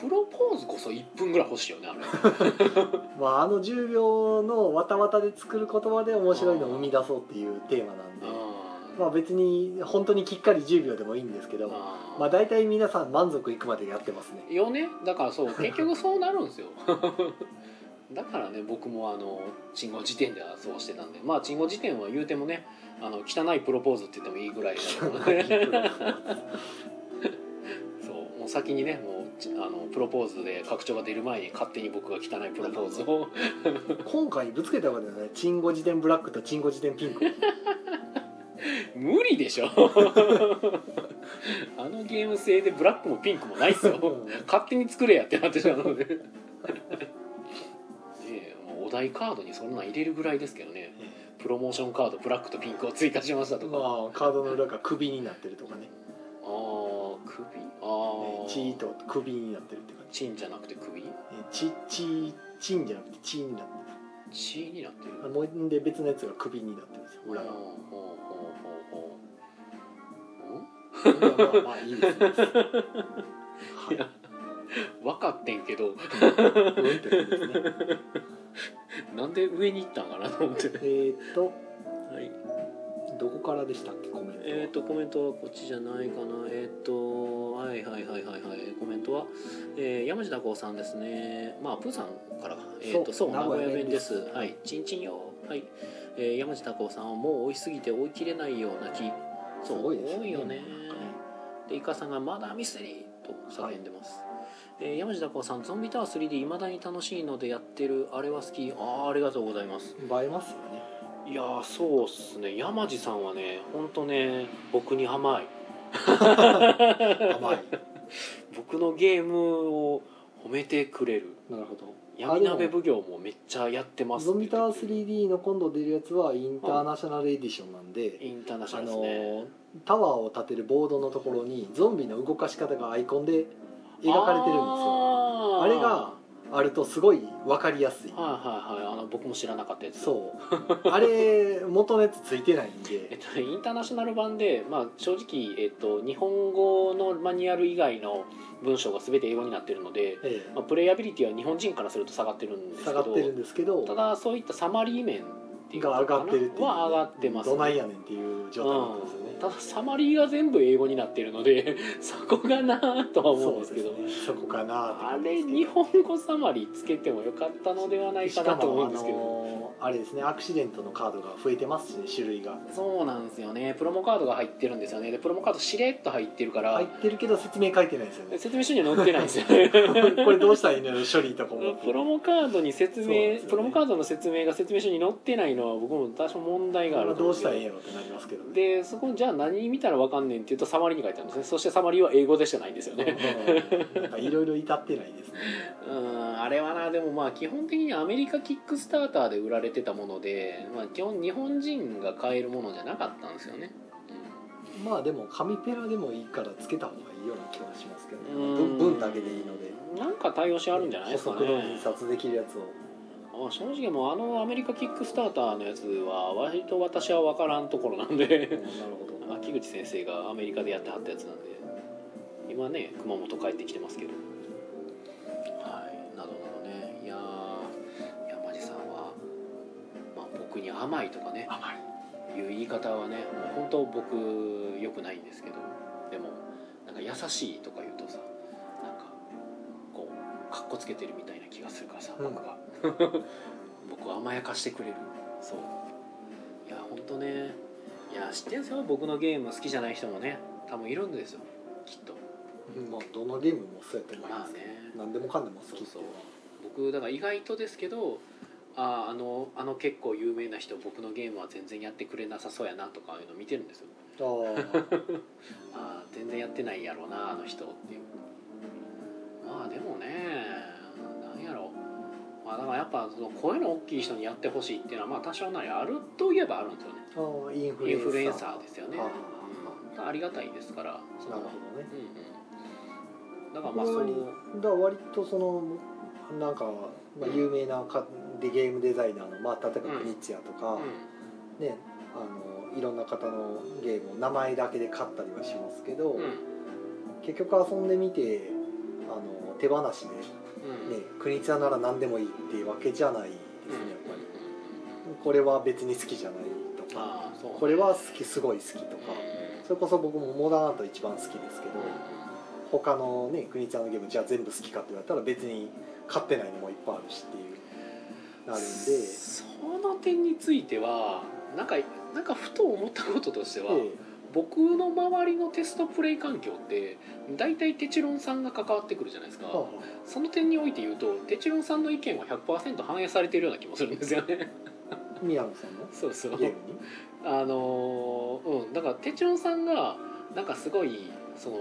A: プロポーズこそ1分ぐらい欲しいよねあれ
B: まあ、あの10秒のわたわたで作る言葉で面白いのを生み出そうっていうテーマなんで、まあ、別に本当にきっかり10秒でもいいんですけど、まあ、
A: あ
B: 大体皆さん満足いくまでやってますね
A: あよねだからそう結局そうなるんですよ だからね僕もあの鎮護辞典ではそうしてたんでまあ鎮護辞典は言うてもねあの汚いプロポーズって言ってもいいぐらいだから そうもう先にねもうちあのプロポーズで拡張が出る前に勝手に僕が汚いプロポーズを
B: 今回ぶつけたわけだよねチンゴ辞典ブラックとチンゴ辞典ピ ンク
A: 無理でしょ あのゲーム性でブラックもピンクもないっすよ勝手に作れやってなってしまうのでねえもうお題カードにそんなん入れるぐらいですけどねプロモーションカードブラックとピンクを追加しましたとかあ
B: まあカードの裏が首になってるとかね
A: あ首あ
B: ね
A: あ
B: チーと首になってるって感じ
A: チンじゃなくて首
B: ねチチチンじゃなくてチンになって
A: チーになってる
B: るもうで別のやつが首になってるんですよ
A: ほう
B: 裏
A: ほう
B: が
A: ほうほ
B: まあまあいいです、ね、 はい
A: や分かってんけど
B: うんって感じですね
A: なんで上に行ったんかなと思って
B: えーっと
A: はい
B: どこからでしたっけコメントは
A: えっ、とコメントはこっちじゃないかなえっ、とはいはいはいはいはいコメントは、えー、山下孝さんですねまあプーさんからえっ、と
B: そ
A: そうう名古屋弁です
B: 名古屋弁です
A: はいちんちんよはい、えー、山下孝さんはもう追いすぎて追い切れないような気そ
B: す
A: う
B: ごいですね
A: 多いよね
B: なんかね
A: でイカさんが「まだミステリー!」と叫んでます、えー山下孝さん「ゾンビタワー 3D いまだに楽しいのでやってるあれは好き」ああありがとうございます
B: 映えますよね
A: いやーそうっすね山地さんはね本当ね僕に甘い
B: 甘い
A: 僕のゲームを褒めてくれる
B: なるほど
A: 闇鍋奉行もめっちゃやってます
B: ゾンビタワー
A: ー
B: 3D の今度出るやつはインターナショナルエディションなんで、
A: インターナショ
B: あ
A: ナルです
B: の
A: ね
B: ータワーを立てるボードのところにゾンビの動かし方がアイコンで描かれてるんですよ
A: あー
B: あれがあるとすごい分かりやすい
A: はいはいはいあの僕も知らなかったやつう
B: そ うあれ元のやつついてないん
A: えっ
B: で
A: と、インターナショナル版で、まあ、正直、えっと、日本語のマニュアル以外の文章が全て英語になってるので、
B: ええ
A: まあ、プレイアビリティは日本人からすると下がってるんですけ
B: 下
A: ど
B: がってるんですけど
A: ただそういったサマリー面っていう
B: が上がってるっていう
A: は上がってます、
B: どないやねんっていう状態だったんですよね
A: ただサマリーが全部英語になってるので そこがなぁとは思うんですけど
B: そうですねそこかなって
A: あ
B: 感じ
A: れ
B: ですけど
A: 日本語サマリーつけてもよかったのではないかなと思うんですけ
B: しか
A: ど
B: もあのーあれですねアクシデントのカードが増えてますしね種類が
A: そうなんですよねプロモカードが入ってるんですよねでプロモカードしれっと入ってるから、
B: 入ってるけど説明書いてないですよ ね
A: 説明書には載ってないんですよね
B: これどうしたらいいのよ処理とかも
A: プロモカードに説
B: そうなん
A: 明、
B: ですよね
A: プロモカードの説明が説明書に載ってないのは僕も多少問題があると
B: ど
A: 思
B: う
A: う
B: し
A: す
B: たらいいんやろってなりますけどね
A: でそこじゃあ何見たらわかんねんって言うとサマリーに書いてあるんですねそしてサマリーは英語でしかないんですよね
B: うんなんかいろいろ至ってないですね
A: うんあれはなでもまあ基本的にアメリカキックスターターで売られてたもので、まあ、基本日本人が買えるものじゃなかったんですよね、
B: まあでも紙ペラでもいいからつけた方がいいような気がしますけどね
A: うん
B: 文文だけでいいので
A: なんか対応しあるんじゃないですか
B: 補足の
A: ね
B: 印刷できるや つを
A: あ正直もうあのアメリカキックスターターのやつは割と私は分からんところなん
B: うん
A: で
B: なるほど
A: 秋口先生がアメリカでやってはったやつなんで今ね熊本帰ってきてますけどはいなどなどねいやー山地さんは、まあ、僕に甘いとかね
B: 甘い
A: いう言い方はねもう本当僕よくないんですけどでもなんか優しいとか言うとさなんかこうかっこつけてるみたいな気がするからさ、
B: うん
A: 僕が 僕を甘やかしてくれるそういや本当ねいや知ってんすよ僕のゲーム好きじゃない人もね多分いるんですよきっと
B: うんまあどのゲームもそうやって思い
A: ま
B: ま
A: あ
B: すね
A: ね
B: 何でもかんでも好き
A: そう僕だから意外とですけどあああのあの結構有名な人僕のゲームは全然やってくれなさそうやなとかいうの見てるんですよ
B: ああ
A: あー全然やってないやろうなあの人っていうまあでもねなんやろまあだからやっぱその声の大きい人にやってほしいっていうのはまあ多少なりあるといえばあるんですよね
B: ああインフル
A: イ
B: エ
A: ンフルエン
B: ン
A: サ
B: サ
A: ーですよね、
B: はい
A: うん、ありがたいですから
B: ーなるほどね
A: うんうんだからまあそう
B: だから割とそのなんか、まあ、
A: うん
B: 有名なか、でゲームデザイナーの、まあ、例えば
A: うん
B: クニッチアとか、
A: う
B: ねあのいろんな方のゲームを名前だけで買ったりはしますけど、
A: んうん
B: 結局遊んでみてあの手放しで、ね
A: うんうん
B: クニッチアなら何でもいいっていうわけじゃないですねやっぱり、これは別に好きじゃないとか
A: ああそう
B: これは好きすごい好きとか、
A: うん
B: それこそ僕もモダンアート一番好きですけど、他のね国ちゃんのゲームじゃあ全部好きかって言われたら別に買ってないのもいっぱいあるしっていうなるんで、
A: その点についてはなんかなんかふと思ったこととしては、
B: え
A: 僕の周りのテストプレイ環境って大体テチロンさんが関わってくるじゃないですか
B: えは
A: その点において言うとテチロンさんの意見は100%反映されているような気もするんですよね
B: あ、宮野さんの
A: そうそう
B: ゲームに
A: あのーうんだからテチロンさんがなんかすごいその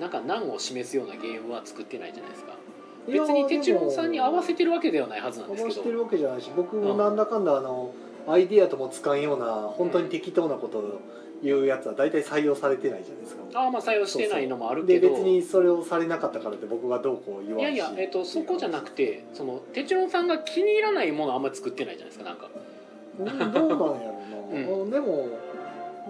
A: なんか難を示すようなゲームは作ってないじゃないですか別にテチロンさんに合わせてるわけではないはずなんです
B: 合わ
A: け
B: せ
A: ど
B: てるわけじゃないし僕
A: う
B: も
A: ん
B: なんだかんだあのアイディアともつかんような本当に適当なことを言うやつは大体採用されてないじゃないですか。
A: ああまあ採用してないのもある
B: で
A: けど
B: 別にそれをされなかったからって僕がどうこう言
A: い
B: わ
A: や
B: んし
A: いや、えっと、そこじゃなくてそのテチロンさんが気に入らないものをあんまり作ってないじゃないですかなんか
B: うんどうなんやろうな、
A: う
B: あでも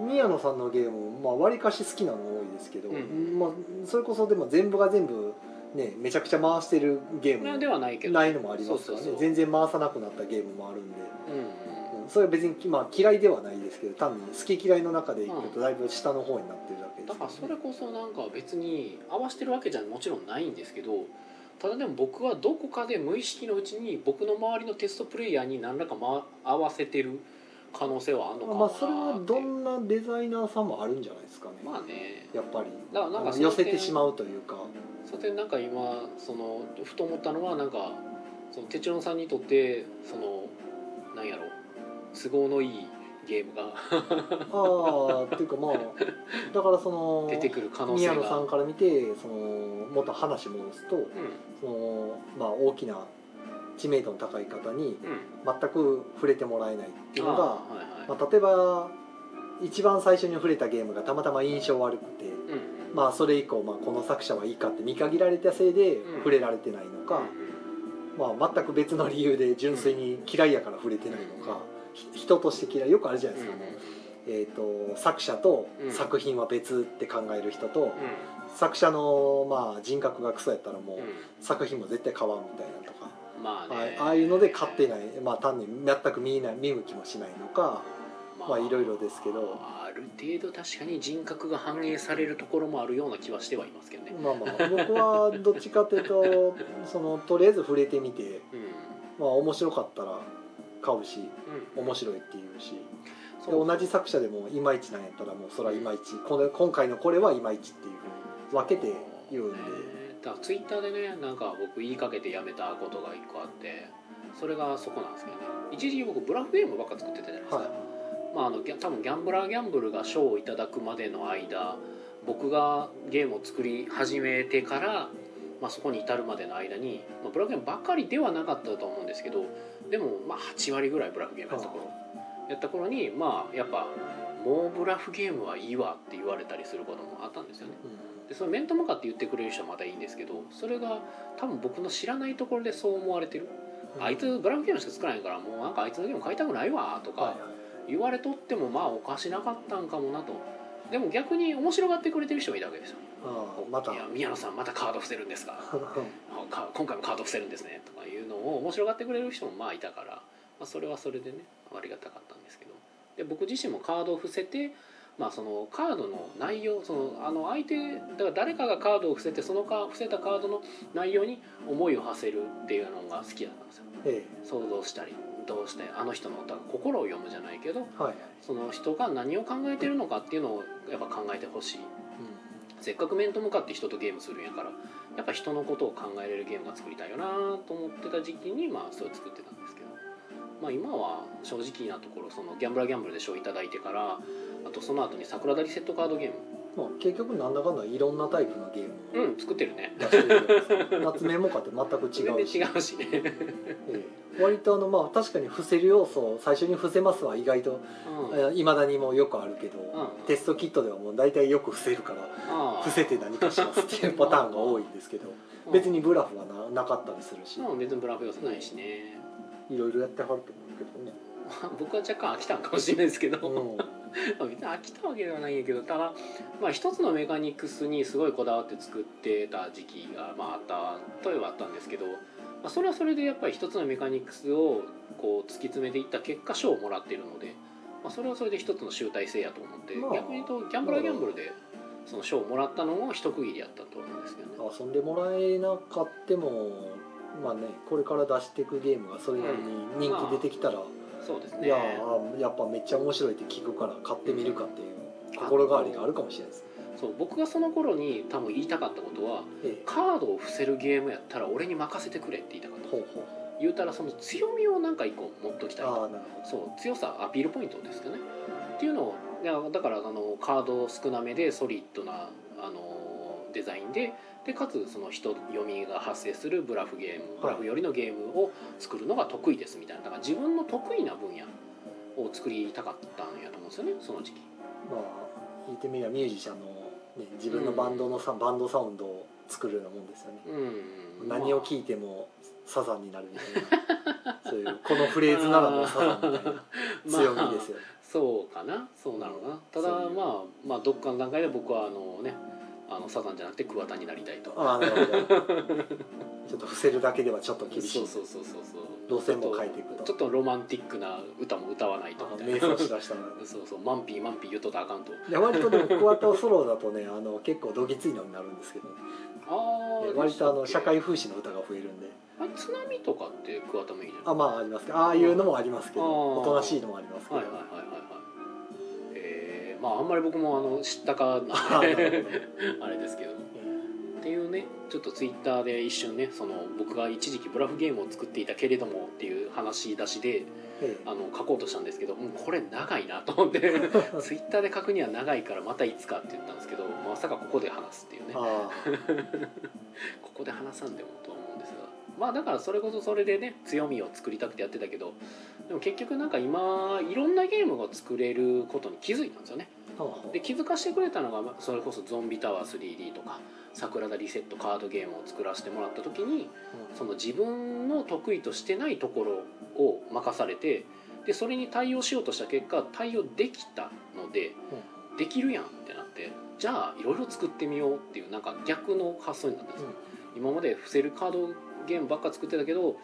B: 宮野さんのゲームまあ割かし好きなの多いですけど、
A: うん
B: まあ、それこそでも全部が全部、ね、めちゃくちゃ回してるゲー
A: まあ
B: ム
A: ではないけど
B: ないのもありますからね
A: そうそうそう
B: 全然回さなくなったゲームもあるんで、
A: うんうん
B: うんそれは別に、まあ、嫌いではないですけど単に好き嫌いの中でいくとだいぶ下の方になってるだけです
A: だからそれ
B: ね
A: こそなんか別に合わせてるわけじゃもちろんないんですけどただでも僕はどこかで無意識のうちに僕の周りのテストプレイヤーに何らか、ま、合わせてる可能性はあるのか
B: まあ
A: も
B: ま
A: なーっ
B: あ
A: て
B: それはどんなデザイナーさんもあるんじゃないですかね、
A: まあね
B: やっぱり
A: だからなんか
B: あの
A: その
B: 寄
A: 点
B: せてしまうというか
A: その点なんか今そのふと思ったのはなんかそのテチロンさんにとってそのなんやろ都合のいいゲームが
B: ああっていうかまあだからその
A: 出てくる可能性
B: 宮
A: が
B: 野さんから見てそのもっと話戻すと
A: う
B: その、まあ、大きな知名度の高い方に
A: んうん
B: 全く触れてもらえないっていうのが
A: あーはいはい
B: まあ、例えば一番最初に触れたゲームがたまたま印象悪くて、
A: うん
B: まあ、それ以降、まあ、この作者はいいかって見限られたせいで
A: うん
B: 触れられてないのか、まあ、全く別の理由で純粋に嫌いやから触れてないのか、ひ人として嫌いよくあるじゃな
A: う
B: い
A: ん
B: で
A: うん
B: すか、えー、と作者と
A: うん
B: 作品は別って考える人と、作者の、まあ、人格がクソやったらもう、
A: うん
B: 作品も絶対変わんみたいなとか、
A: うんまあ
B: あ
A: ね
B: ああいうので勝ってない、まあ、単に全く見ない見向きもしないのか、まあ、いろいろですけど。
A: ある程度確かに人格が反映されるところもあるような気はしてはいますけどね、
B: まあまあ僕はどっちかというと そのとりあえず触れてみて、
A: うん
B: まあ、面白かったら買うし
A: うん、
B: 面白いっていうしで
A: そう
B: 同じ作者でもいまいちなんやったらもうそれはいまいちこれ今回のこれはいまいちっていうふうに分けて言うんで
A: ねだからツイッターでねなんか僕言いかけてやめたことが一個あってそれがそこなんですけどね一時期僕ブラフゲームばっか作ってたじゃないですか、
B: はい
A: まあ、あのギャ多分ギャンブラーギャンブルが賞をいただくまでの間僕がゲームを作り始めてから、まあ、そこに至るまでの間に、まあ、ブラフゲームばかりではなかったと思うんですけどでもまあ8割ぐらいブラフゲームやった頃やった頃にまあやっぱ「もうブラフゲームはいいわ」って言われたりすることもあったんですよね。でその面と向かって言ってくれる人はまたいいんですけどそれが多分僕の知らないところでそう思われてる、
B: うん
A: あいつブラフゲームしか作らないからもうなんかあいつのゲーム買いたくないわとか、
B: はいはい
A: 言われとってもまあおかしなかったんかもなとでも逆に面白がってくれてる人もいたわけですよ
B: ああまた
A: いや宮野さんまたカード伏せるんですか
B: う
A: あか今回もカード伏せるんですねとかいうのを面白がってくれる人もまあいたから、まあ、それはそれでねありがたかったんですけどで僕自身もカードを伏せて、まあ、そのカードの内容そのあの相手だから誰かがカードを伏せてそのか伏せたカードの内容に思いを馳せるっていうのが好きだったんですよ
B: え
A: 想像したりどうしてあの人の歌心を読むじゃないけど
B: えはい
A: その人が何を考えてるのかっていうのをやっぱ考えてほしいせっかく面と向かって人とゲームするんやからやっぱ人のことを考えれるゲームが作りたいよなと思ってた時期にまあそれを作ってたんですけど、まあ、今は正直なところそのギャンブラーギャンブルで賞をいただいてからあとその後に桜田リセットカードゲー
B: うんまあ、結局なんだかんだいろんなタイプのゲーム
A: ムうん作ってるね
B: 出してるじゃな いですか夏目もかって全
A: 全
B: く
A: 然
B: 違うし
A: 違う しね
B: ええ割とあのまあ確かに伏せる要素最初に伏せますは意外と
A: うん
B: いまだにもうよくあるけど、
A: うん
B: テストキットではもう大体よく伏せるから
A: ああ
B: 伏せて何かしますっていうパターンが多いんですけど別にブラフはななかったりするし
A: うんうん別にブラフ要素ないしね
B: いろいろやってはると思うけどね。
A: 僕は若干飽きたんかもしれないですけど、
B: うん
A: まあ別に飽きたわけではないんやけどただ、まあ、一つのメカニクスにすごいこだわって作ってた時期が、まあ、あったといえばあったんですけど、まあ、それはそれでやっぱり一つのメカニクスをこう突き詰めていった結果賞をもらっているので、まあ、それはそれで一つの集大成やと思って、
B: まあ
A: 逆に言うとギャンブラーギャンブルでその賞をもらったのも一区切りやったと思うんですけどね。
B: 遊んでもらえなかってもまあねこれから出していくゲームがそれなりに人気出てきたら、
A: そうです
B: い
A: ね
B: やあやっぱめっちゃ面白いって聞くから買ってみるかっていう心変わりがあるかもしれないですね。
A: そう僕がその頃に多分言いたかったことは
B: ええ
A: カードを伏せるゲームやったら俺に任せてくれって言いたかった
B: ほうほう
A: 言うたらその強みをなんか一個持っときたい
B: ああなるほ
A: そう強さアピールポイントですかねっていうのをいやだからあのカード少なめでソリッドなあのデザインででかつその人読みが発生するブラフゲームブラフ寄りのゲームを作るのが得意ですみたいなだから自分の得意な分野を作りたかったんやと思うんですよねその時期
B: どまあ言ってみればミュージシャンの、ね、自分のバンドのさ、バンドサウンドを作るようなもんですよね、
A: うん
B: 何を
A: い
B: 聞いても サザンになるみたいなそういうこのフレーズならもうサザンみたいな強みですよ、
A: まあそうかなそうなのかな、ただ
B: そういう
A: まあまあどっかの段階で僕はあのねあのサザンじゃなくて桑田になりたいと
B: ああなるほどちょっと伏せるだけではちょっと厳しい
A: そうそうそうそうそう
B: 路線も変えていくと
A: ちょっとロマンティックな歌も歌わないと
B: あ
A: みたい
B: 瞑
A: な
B: 想しだしたな
A: そうそうマンピーマンピー言っとったらあかんと
B: いや割とでも桑田をソロだとねあの結構どぎついのになるんですけど、ね、
A: ああ
B: 割とあの社会風刺の歌が増えるんで
A: あれ津波とかって桑田もいいじゃない
B: あまあありますけどああいうのもありますけ
A: あー
B: どおとなしいのもありますけど、
A: はいはいはいはいはいえー、まああんまり僕もあの知ったかな
B: あ
A: ん
B: あな
A: で
B: る
A: あれですけど
B: ほど
A: っていうねちょっとツイッターで一瞬ねその僕が一時期ブラフゲームを作っていたけれどもっていう話し出しで
B: ええ
A: あの書こうとしたんですけどもうこれ長いなと思ってツイッターで書くには長いからまたいつかって言ったんですけどまさかここで話すっていうね
B: あ
A: ここで話さんでもとは思うんですがまあだからそれこそそれでね強みを作りたくてやってたけどでも結局なんか今いろんなゲームを作れることに気づいたんですよね
B: あはあ
A: で気づかしてくれたのがまあそれこそ「ゾンビタワー 3D」とか「桜田リセット」カードゲームを作らせてもらった時にその自分の得意としてないところを任されてでそれに対応しようとした結果対応できたのでできるやんってなってじゃあいろいろ作ってみようっていうなんか逆の発想になったんですよ、今まで伏せるカードゲームばっか作ってたけど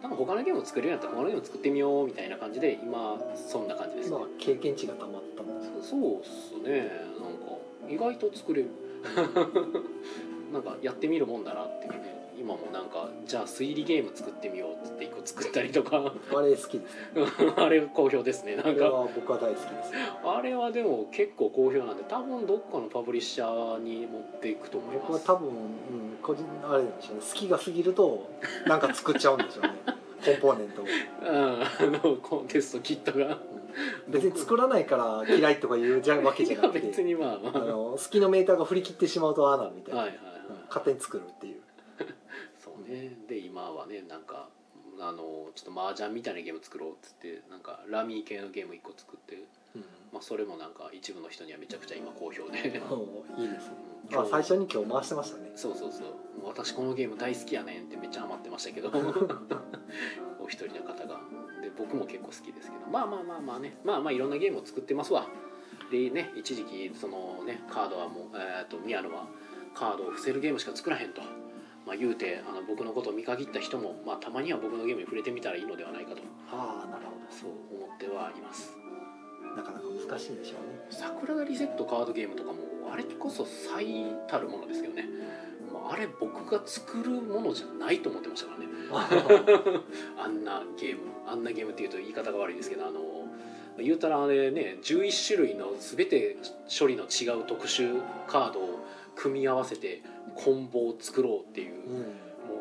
A: なんか他のゲームを作れるんやったら他のゲーム作ってみようみたいな感じで今そんな感じですね
B: まあ経験値がたまったんです
A: そそうっすねなんか意外と作れる なんかやってみるもんだなっていうね今もなんかじゃあ推理ゲーム作ってみようって言って一個作ったりとか
B: あれ好きですね
A: あれ好評ですねな
B: あ
A: ん
B: れ
A: か
B: は僕は大好きです
A: あれはでも結構好評なんで多分どっかのパブリッシャーに持っていくと思い
B: 僕
A: ま
B: は
A: す
B: 多分、うん、個人あれなんでしょうね好きが過ぎるとなんか作っちゃうんでしょ うねコンポーネントを
A: うんあのコンテストキットが
B: 別に作らないから嫌いとかいうじゃわけじゃなく
A: いや 別
B: て
A: にまあ
B: あ
A: まあは
B: の好きのメーターが振り切ってしまうとああなるみ
A: い
B: たいな、
A: はいはい
B: うん勝手に作るっていう
A: そうねで今はねなんかあのちょっと麻雀みたいなゲーム作ろうっつってなんかラミー系のゲーム1個作って、まあ、それもなんか一部の人にはめちゃくちゃ今好評で
B: もういいですね、
A: うん
B: まあ、最初に今日回してましたね
A: そうそうそう「私このゲーム大好きやねん」ってめっちゃハマってましたけ どお一人の方がで僕も結構好きですけどまあまあまあまあねまあまあいろんなゲームを作ってますわでね一時期そのねカードはもうえー、と宮野はカードを伏せるゲームしか作らへんと。まあ、言うてあの僕のことを見限った人も、まあ、たまには僕のゲームに触れてみたらいいのではないかと
B: ああなるほ
A: そう思ってはいます
B: どなかなか難しいんでしょうね
A: 桜田リセットカードゲームとかもあれこそ最たるものですけどね、まあ、あれ僕が作るものじゃないと思ってましたからねあんなゲームあんなゲームっていうと言い方が悪いですけどあの言うたらあれね11種類の全て処理の違う特殊カードを組み合わせてコンボを作ろうっていう、
B: うん
A: もう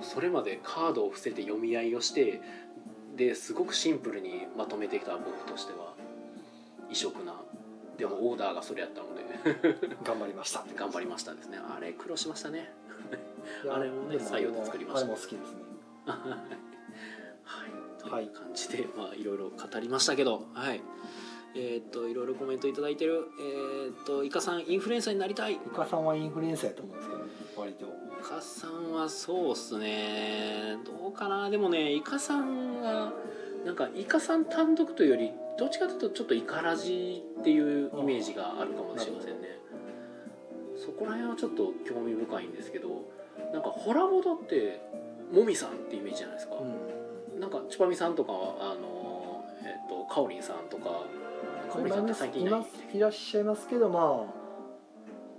A: それまでカードを伏せて読み合いをしてですごくシンプルにまとめてきた僕としては異色なでもオーダーがそれやったので
B: 頑張りました
A: 頑張りましたですねあれ苦労しましたね
B: いや
A: あれもね
B: で
A: 採用で作りました
B: あれも好きですね
A: はいと
B: はいいう
A: 感じで、まあ、いろいろ語りましたけどはいえーっといろいろコメントいただいてるえーっとイカさんインフルエンサーになりたい
B: イカさんはインフルエンサーやと思うんですけど、ね、割と
A: イカさんはそうっすねどうかなでもねイカさんがなんかイカさん単独というよりどっちかというとちょっとイカラジっていうイメージがあるかもしれませんねそこら辺はちょっと興味深いんですけどなんかホラボドってもみさんってイメージじゃないですか、
B: ん
A: なんかチュパミさんとかはあのーえっ、とかおりんさんとかかおりんさんって最近い
B: い
A: ない
B: ますいらっしゃいますけどま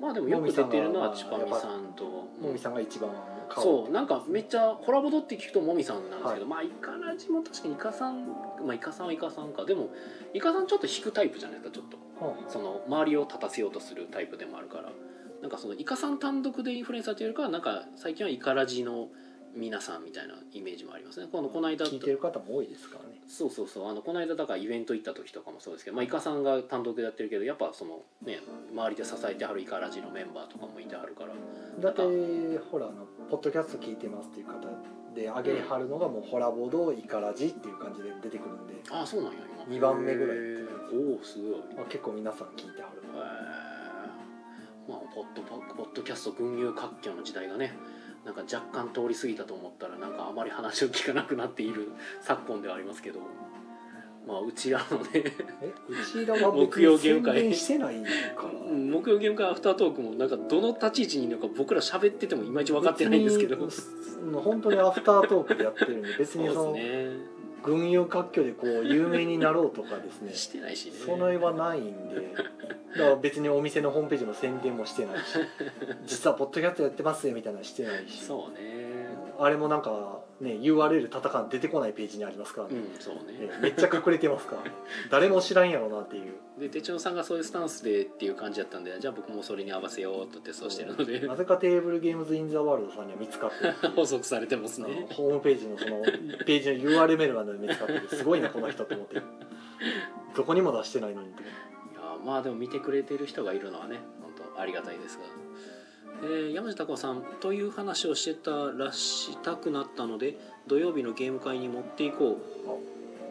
A: まあでもよく出てるのはチュパミさんと
B: あもみさんが一番顔
A: そうなんかめっちゃコラボドって聞くともみさんなんですけど、まあイカラジも確かにイカさんまあイカさんはイカさんかでもイカさんちょっと引くタイプじゃないですかちょっと
B: うん
A: その周りを立たせようとするタイプでもあるからなんかそのイカさん単独でインフルエンサーというよりかはなんか最近はイカラジの皆さんみたいなイメージもありますねこのこの間
B: 聞いてる方も多いですからね
A: そうそうそうあのこの間だからイベント行った時とかもそうですけど、まあ、イカさんが単独でやってるけどやっぱそのね周りで支えてはるイカラジのメンバーとかもいてはるから
B: だってほらあのポッドキャスト聞いてますっていう方で上げはるのがもうホラボドイカラジっていう感じで出てくるんで
A: ああそうなんや今
B: 二番目ぐらい
A: へーおおすごい
B: あ結構皆さん聞いてはる
A: へーまあポッドパポッドキャスト群雄割拠の時代がねなんか若干 通り過ぎたと思ったらなんかあまり話を聞かなくなっている昨今ではありますけどまあうちらの ね
B: えうちらは別
A: 木曜
B: に
A: ゲーム
B: 宣
A: 会
B: 伝してないから
A: うん木曜ゲーム会アフタートークもなんかどの立ち位置にいるのか僕ら喋っててもいまいち分かってないんですけど
B: 別に本当にアフタートークでやってる んで別
A: そう
B: に
A: で
B: そ
A: す
B: の
A: ね
B: 群雄割拠でこう有名になろうとかですね
A: してないしね
B: その絵はないんでだから別にお店のホームページの宣伝もし てないし実はポッドキャストやってますよみたいなのしてないし
A: そうね
B: あれもなんかね URL 叩かん出てこないページにありますから
A: う
B: ね、
A: んそうね
B: ねめっちゃ隠れてますから誰も知らんやろなっていう
A: で手帳さんがそういうスタンスでっていう感じだったんでじゃあ僕もそれに合わせようとってそうしてるので
B: なぜかテーブルゲームズ・イン・ザ・ワールドさんには見つかってる
A: 補足されてます
B: あの
A: ね
B: ホームページのそのページの URL が見つかっててすごいなこの人と思ってどこにも出してないのにって
A: いやーまあでも見てくれてる人がいるのはね本当ありがたいですが、えー山下孝さんという話をしてたらしたくなったので土曜日のゲーム会に持っていこ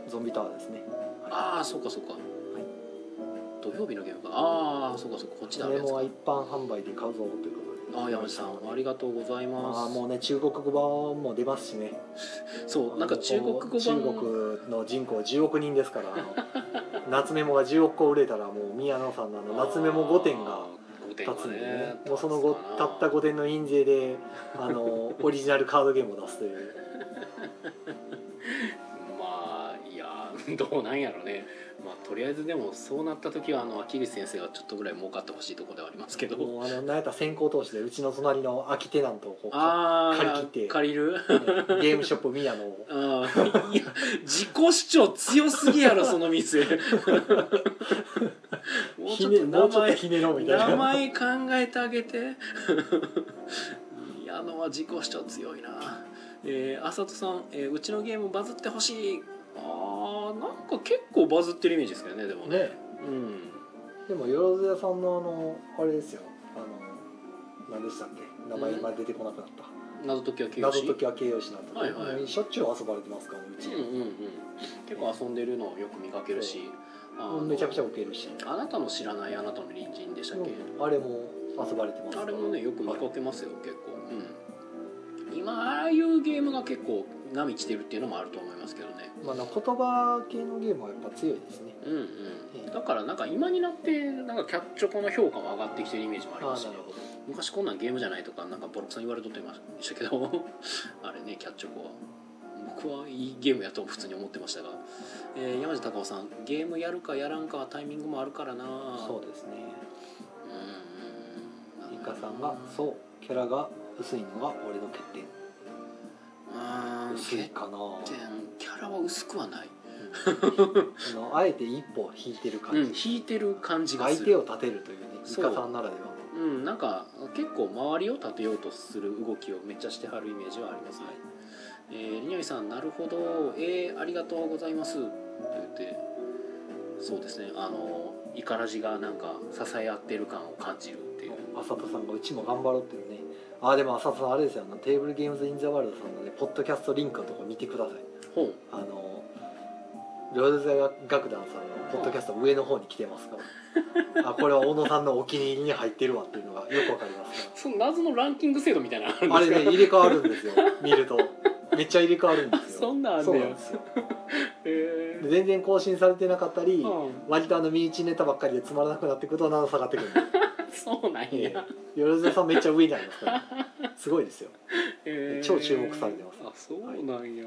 A: う
B: ゾンビタワーですね
A: ああそうかそうか、土曜日のゲーム会ああそうかそうかこっちであ
B: こ
A: る
B: れ
A: やつ
B: も
A: か
B: 一般販売で買うぞということで
A: ああ山下さんありがとうござい
B: あ
A: ま
B: あ
A: す
B: もうね中国語版も出ますしね
A: そうなんか中国語版
B: 中国の人口10億人ですからあの夏メモが10億個売れたらもう宮野さんのあの夏メモ5点が
A: 5点
B: 立
A: が
B: つんで
A: ね
B: ねもうその後たった5点の印税であ のオリジナルカードゲームを出すという
A: まあいや ーどうなんやろねまあとりあえずでもそうなった時はあの秋口先生がちょっとぐらい儲かってほしいところではありますけど
B: もうあのなんやったら先行投資でうちの隣の空きテナントをこう
A: ああ
B: 借り切って
A: 借りる
B: ゲームショップ宮野を
A: あーいや自己主張強すぎやろその 店もうち
B: ひ
A: ょ
B: ね
A: っ
B: も
A: と
B: うち
A: 名
B: ょ
A: 前
B: っとひねろうみたいな
A: 名前考えてあげて 矢野は自己主張強いなえー、あさとさん、えーうちのゲームバズってほしいあーなんか結構バズってるイメージですけどねでもね
B: ね
A: うん
B: でもよろずやさんのあのあれですよあの何でしたっけ名前
A: うん
B: 今出てこなくなった、
A: 謎解きは形容
B: 謎
A: 詞
B: 解きは形容詞なんて、
A: はいはい
B: もうしょっちゅう遊ばれてますからうち、
A: うんうんうん結構遊んでるのをよく見かけるしあの
B: めちゃくちゃ受けるし、
A: あなたの知らないあなたの隣人でしたっけ、
B: あれも遊ばれてますから
A: あれもねよく見かけますよ、結構、うん、今ああいうゲームが結構波来てるっていうのもあると思いますけどね
B: まあ、言葉系のゲームはやっぱ強いですね
A: うんうん、だからなんか今になってなんかキャッチョコの評価も上がってきてるイメージもあり
B: ああ
A: ます
B: な
A: ね
B: るほど
A: 昔こんなんゲームじゃないとかなんかボロクさん言われとってましたけど あれねキャッチョコは僕はいいゲームやと普通に思ってましたが、えー山地隆夫さんゲームやるかやらんかはタイミングもあるからな
B: そうですね
A: うんうん
B: イカさんが「そうキャラが薄いのが俺の欠点
A: うん
B: 薄いかな」
A: 欠点キャラは薄くはない、
B: あのあえて一歩引いてる
A: う
B: 感
A: ん、
B: じ、
A: 引いてる感じがす
B: 相
A: る
B: 手を立てるというねイ
A: そう
B: カさんならではの
A: うん、なんか結構周りを立てようとする動きをめっちゃしてはるイメージはありますね、えー、りのりさん「なるほどえー、ありがとうございます」と言ってそうですねあのイカラジがなんか支え合ってる感を感じるっていう
B: 浅田さんがうちも頑張ろうっていうねああでも浅田さんあれですよあのテーブルゲームズ・イン・ザ・ワールドさんのねポッドキャストリンクのとこ見てください
A: 本
B: あの両手座楽団さんのポッドキャスト上の方に来てま すからあこれは小野さんのお気に入りに入ってるわっていうのがよくわかります か
A: その謎のランキング制度みたいなのある
B: らあ
A: ん
B: れ
A: です
B: ね入れ替わるんですよ見るとめっちゃ入れ替わるんです よ
A: そんなんあんねや
B: そうなんですよ
A: かへ
B: で全然更新されてなかったり、
A: ーうん
B: 割とあの身内ネタばっかりでつまらなくなってくると難度下がってくるんで
A: そうなん
B: え
A: や、
B: えよろずやさんめっちゃ上にありますからすごいですよ
A: えー
B: 超注目されてます
A: あそうなんや、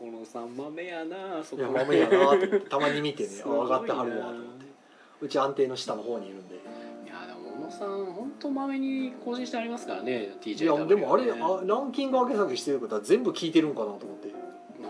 A: 小野さん豆やなそ
B: い
A: こ
B: や豆やなと思ってたまに見てねあ
A: すご
B: 上
A: い
B: が
A: な
B: ってはるわと思ってうち安定の下の方にいるんで
A: いやでも小野さん本当まめに更新してありますからね TJ
B: いやでもあれ
A: ね
B: あランキング上げ下げしてることは全部聞いてるんかなと思って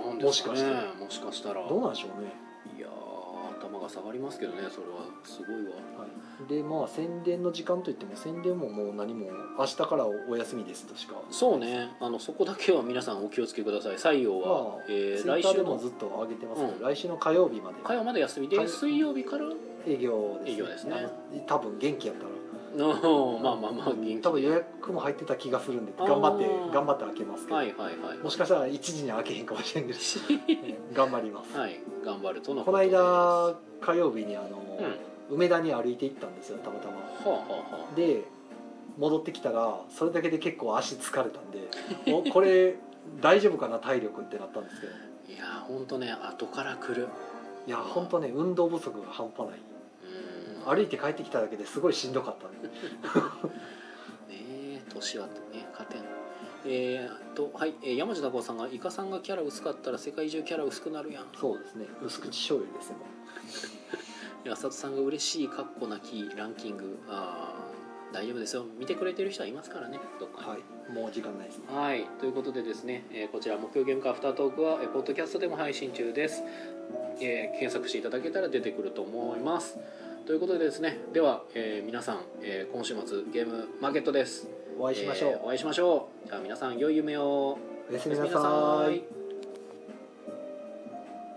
A: なんで
B: も
A: す
B: し
A: か
B: か
A: ね
B: して
A: もしかしたらい
B: どうなんでしょうね、
A: やー頭が下がりますけどねそれはすごいわ
B: はい、でまあ宣伝の時間といっても宣伝ももう何も明日からお休みですとしか
A: そうねあのそこだけは皆さんお気をつけください採用は、
B: まあ
A: えー
B: ツイ
A: 来
B: ッター
A: 週
B: でも
A: の
B: ずっと上げてますけど、
A: うん
B: 来週の火曜日まで
A: 火曜まで休みで
B: 火曜
A: 水曜日から
B: 営業です
A: 営業ですね
B: あの多分元気やったら
A: の まあまあまあ元気で
B: 多分予約も入ってた気がするんで
A: あー
B: 頑張って頑張って開けますけど、
A: はいはいはい
B: もしかしたら1時には開けへんかもしれんけどね頑張りま す
A: はい頑張るとのと
B: この
A: です
B: 間火曜日にあ
A: うんは
B: の、梅田に歩いて行ったんですよたまたま
A: あはあはあ
B: で戻ってきたらそれだけで結構足疲れたんでお これ大丈夫かな体力ってなったんですけど
A: いやー本当ね後から来る
B: いや本当ね運動不足が半端ない
A: うん
B: 歩いて帰ってきただけですごいしんどかったね
A: ねえ年はね勝てんえー、とはい、えー山地太郎さんが「イカさんがキャラ薄かったら世界中キャラ薄くなるやん」
B: そうですね薄口醤油ですね
A: いや浅田さんが嬉しいかっこなきランキングあー大丈夫ですよ見てくれてる人はいますからねどっかに
B: はいもう時間ないですね
A: はい、ということでですね、えーこちら木曜ゲームカフタートークは、えーポッドキャストでも配信中です、えー検索していただけたら出てくると思いますということでですねでは、えー皆さん、えー今週末ゲームマーケットです
B: お会いしましょう
A: えーお会いしましょうじゃあ皆さん良い夢を
B: おやす
A: お
B: み
A: やす
B: な
A: みな
B: さ
A: さ
B: い
A: い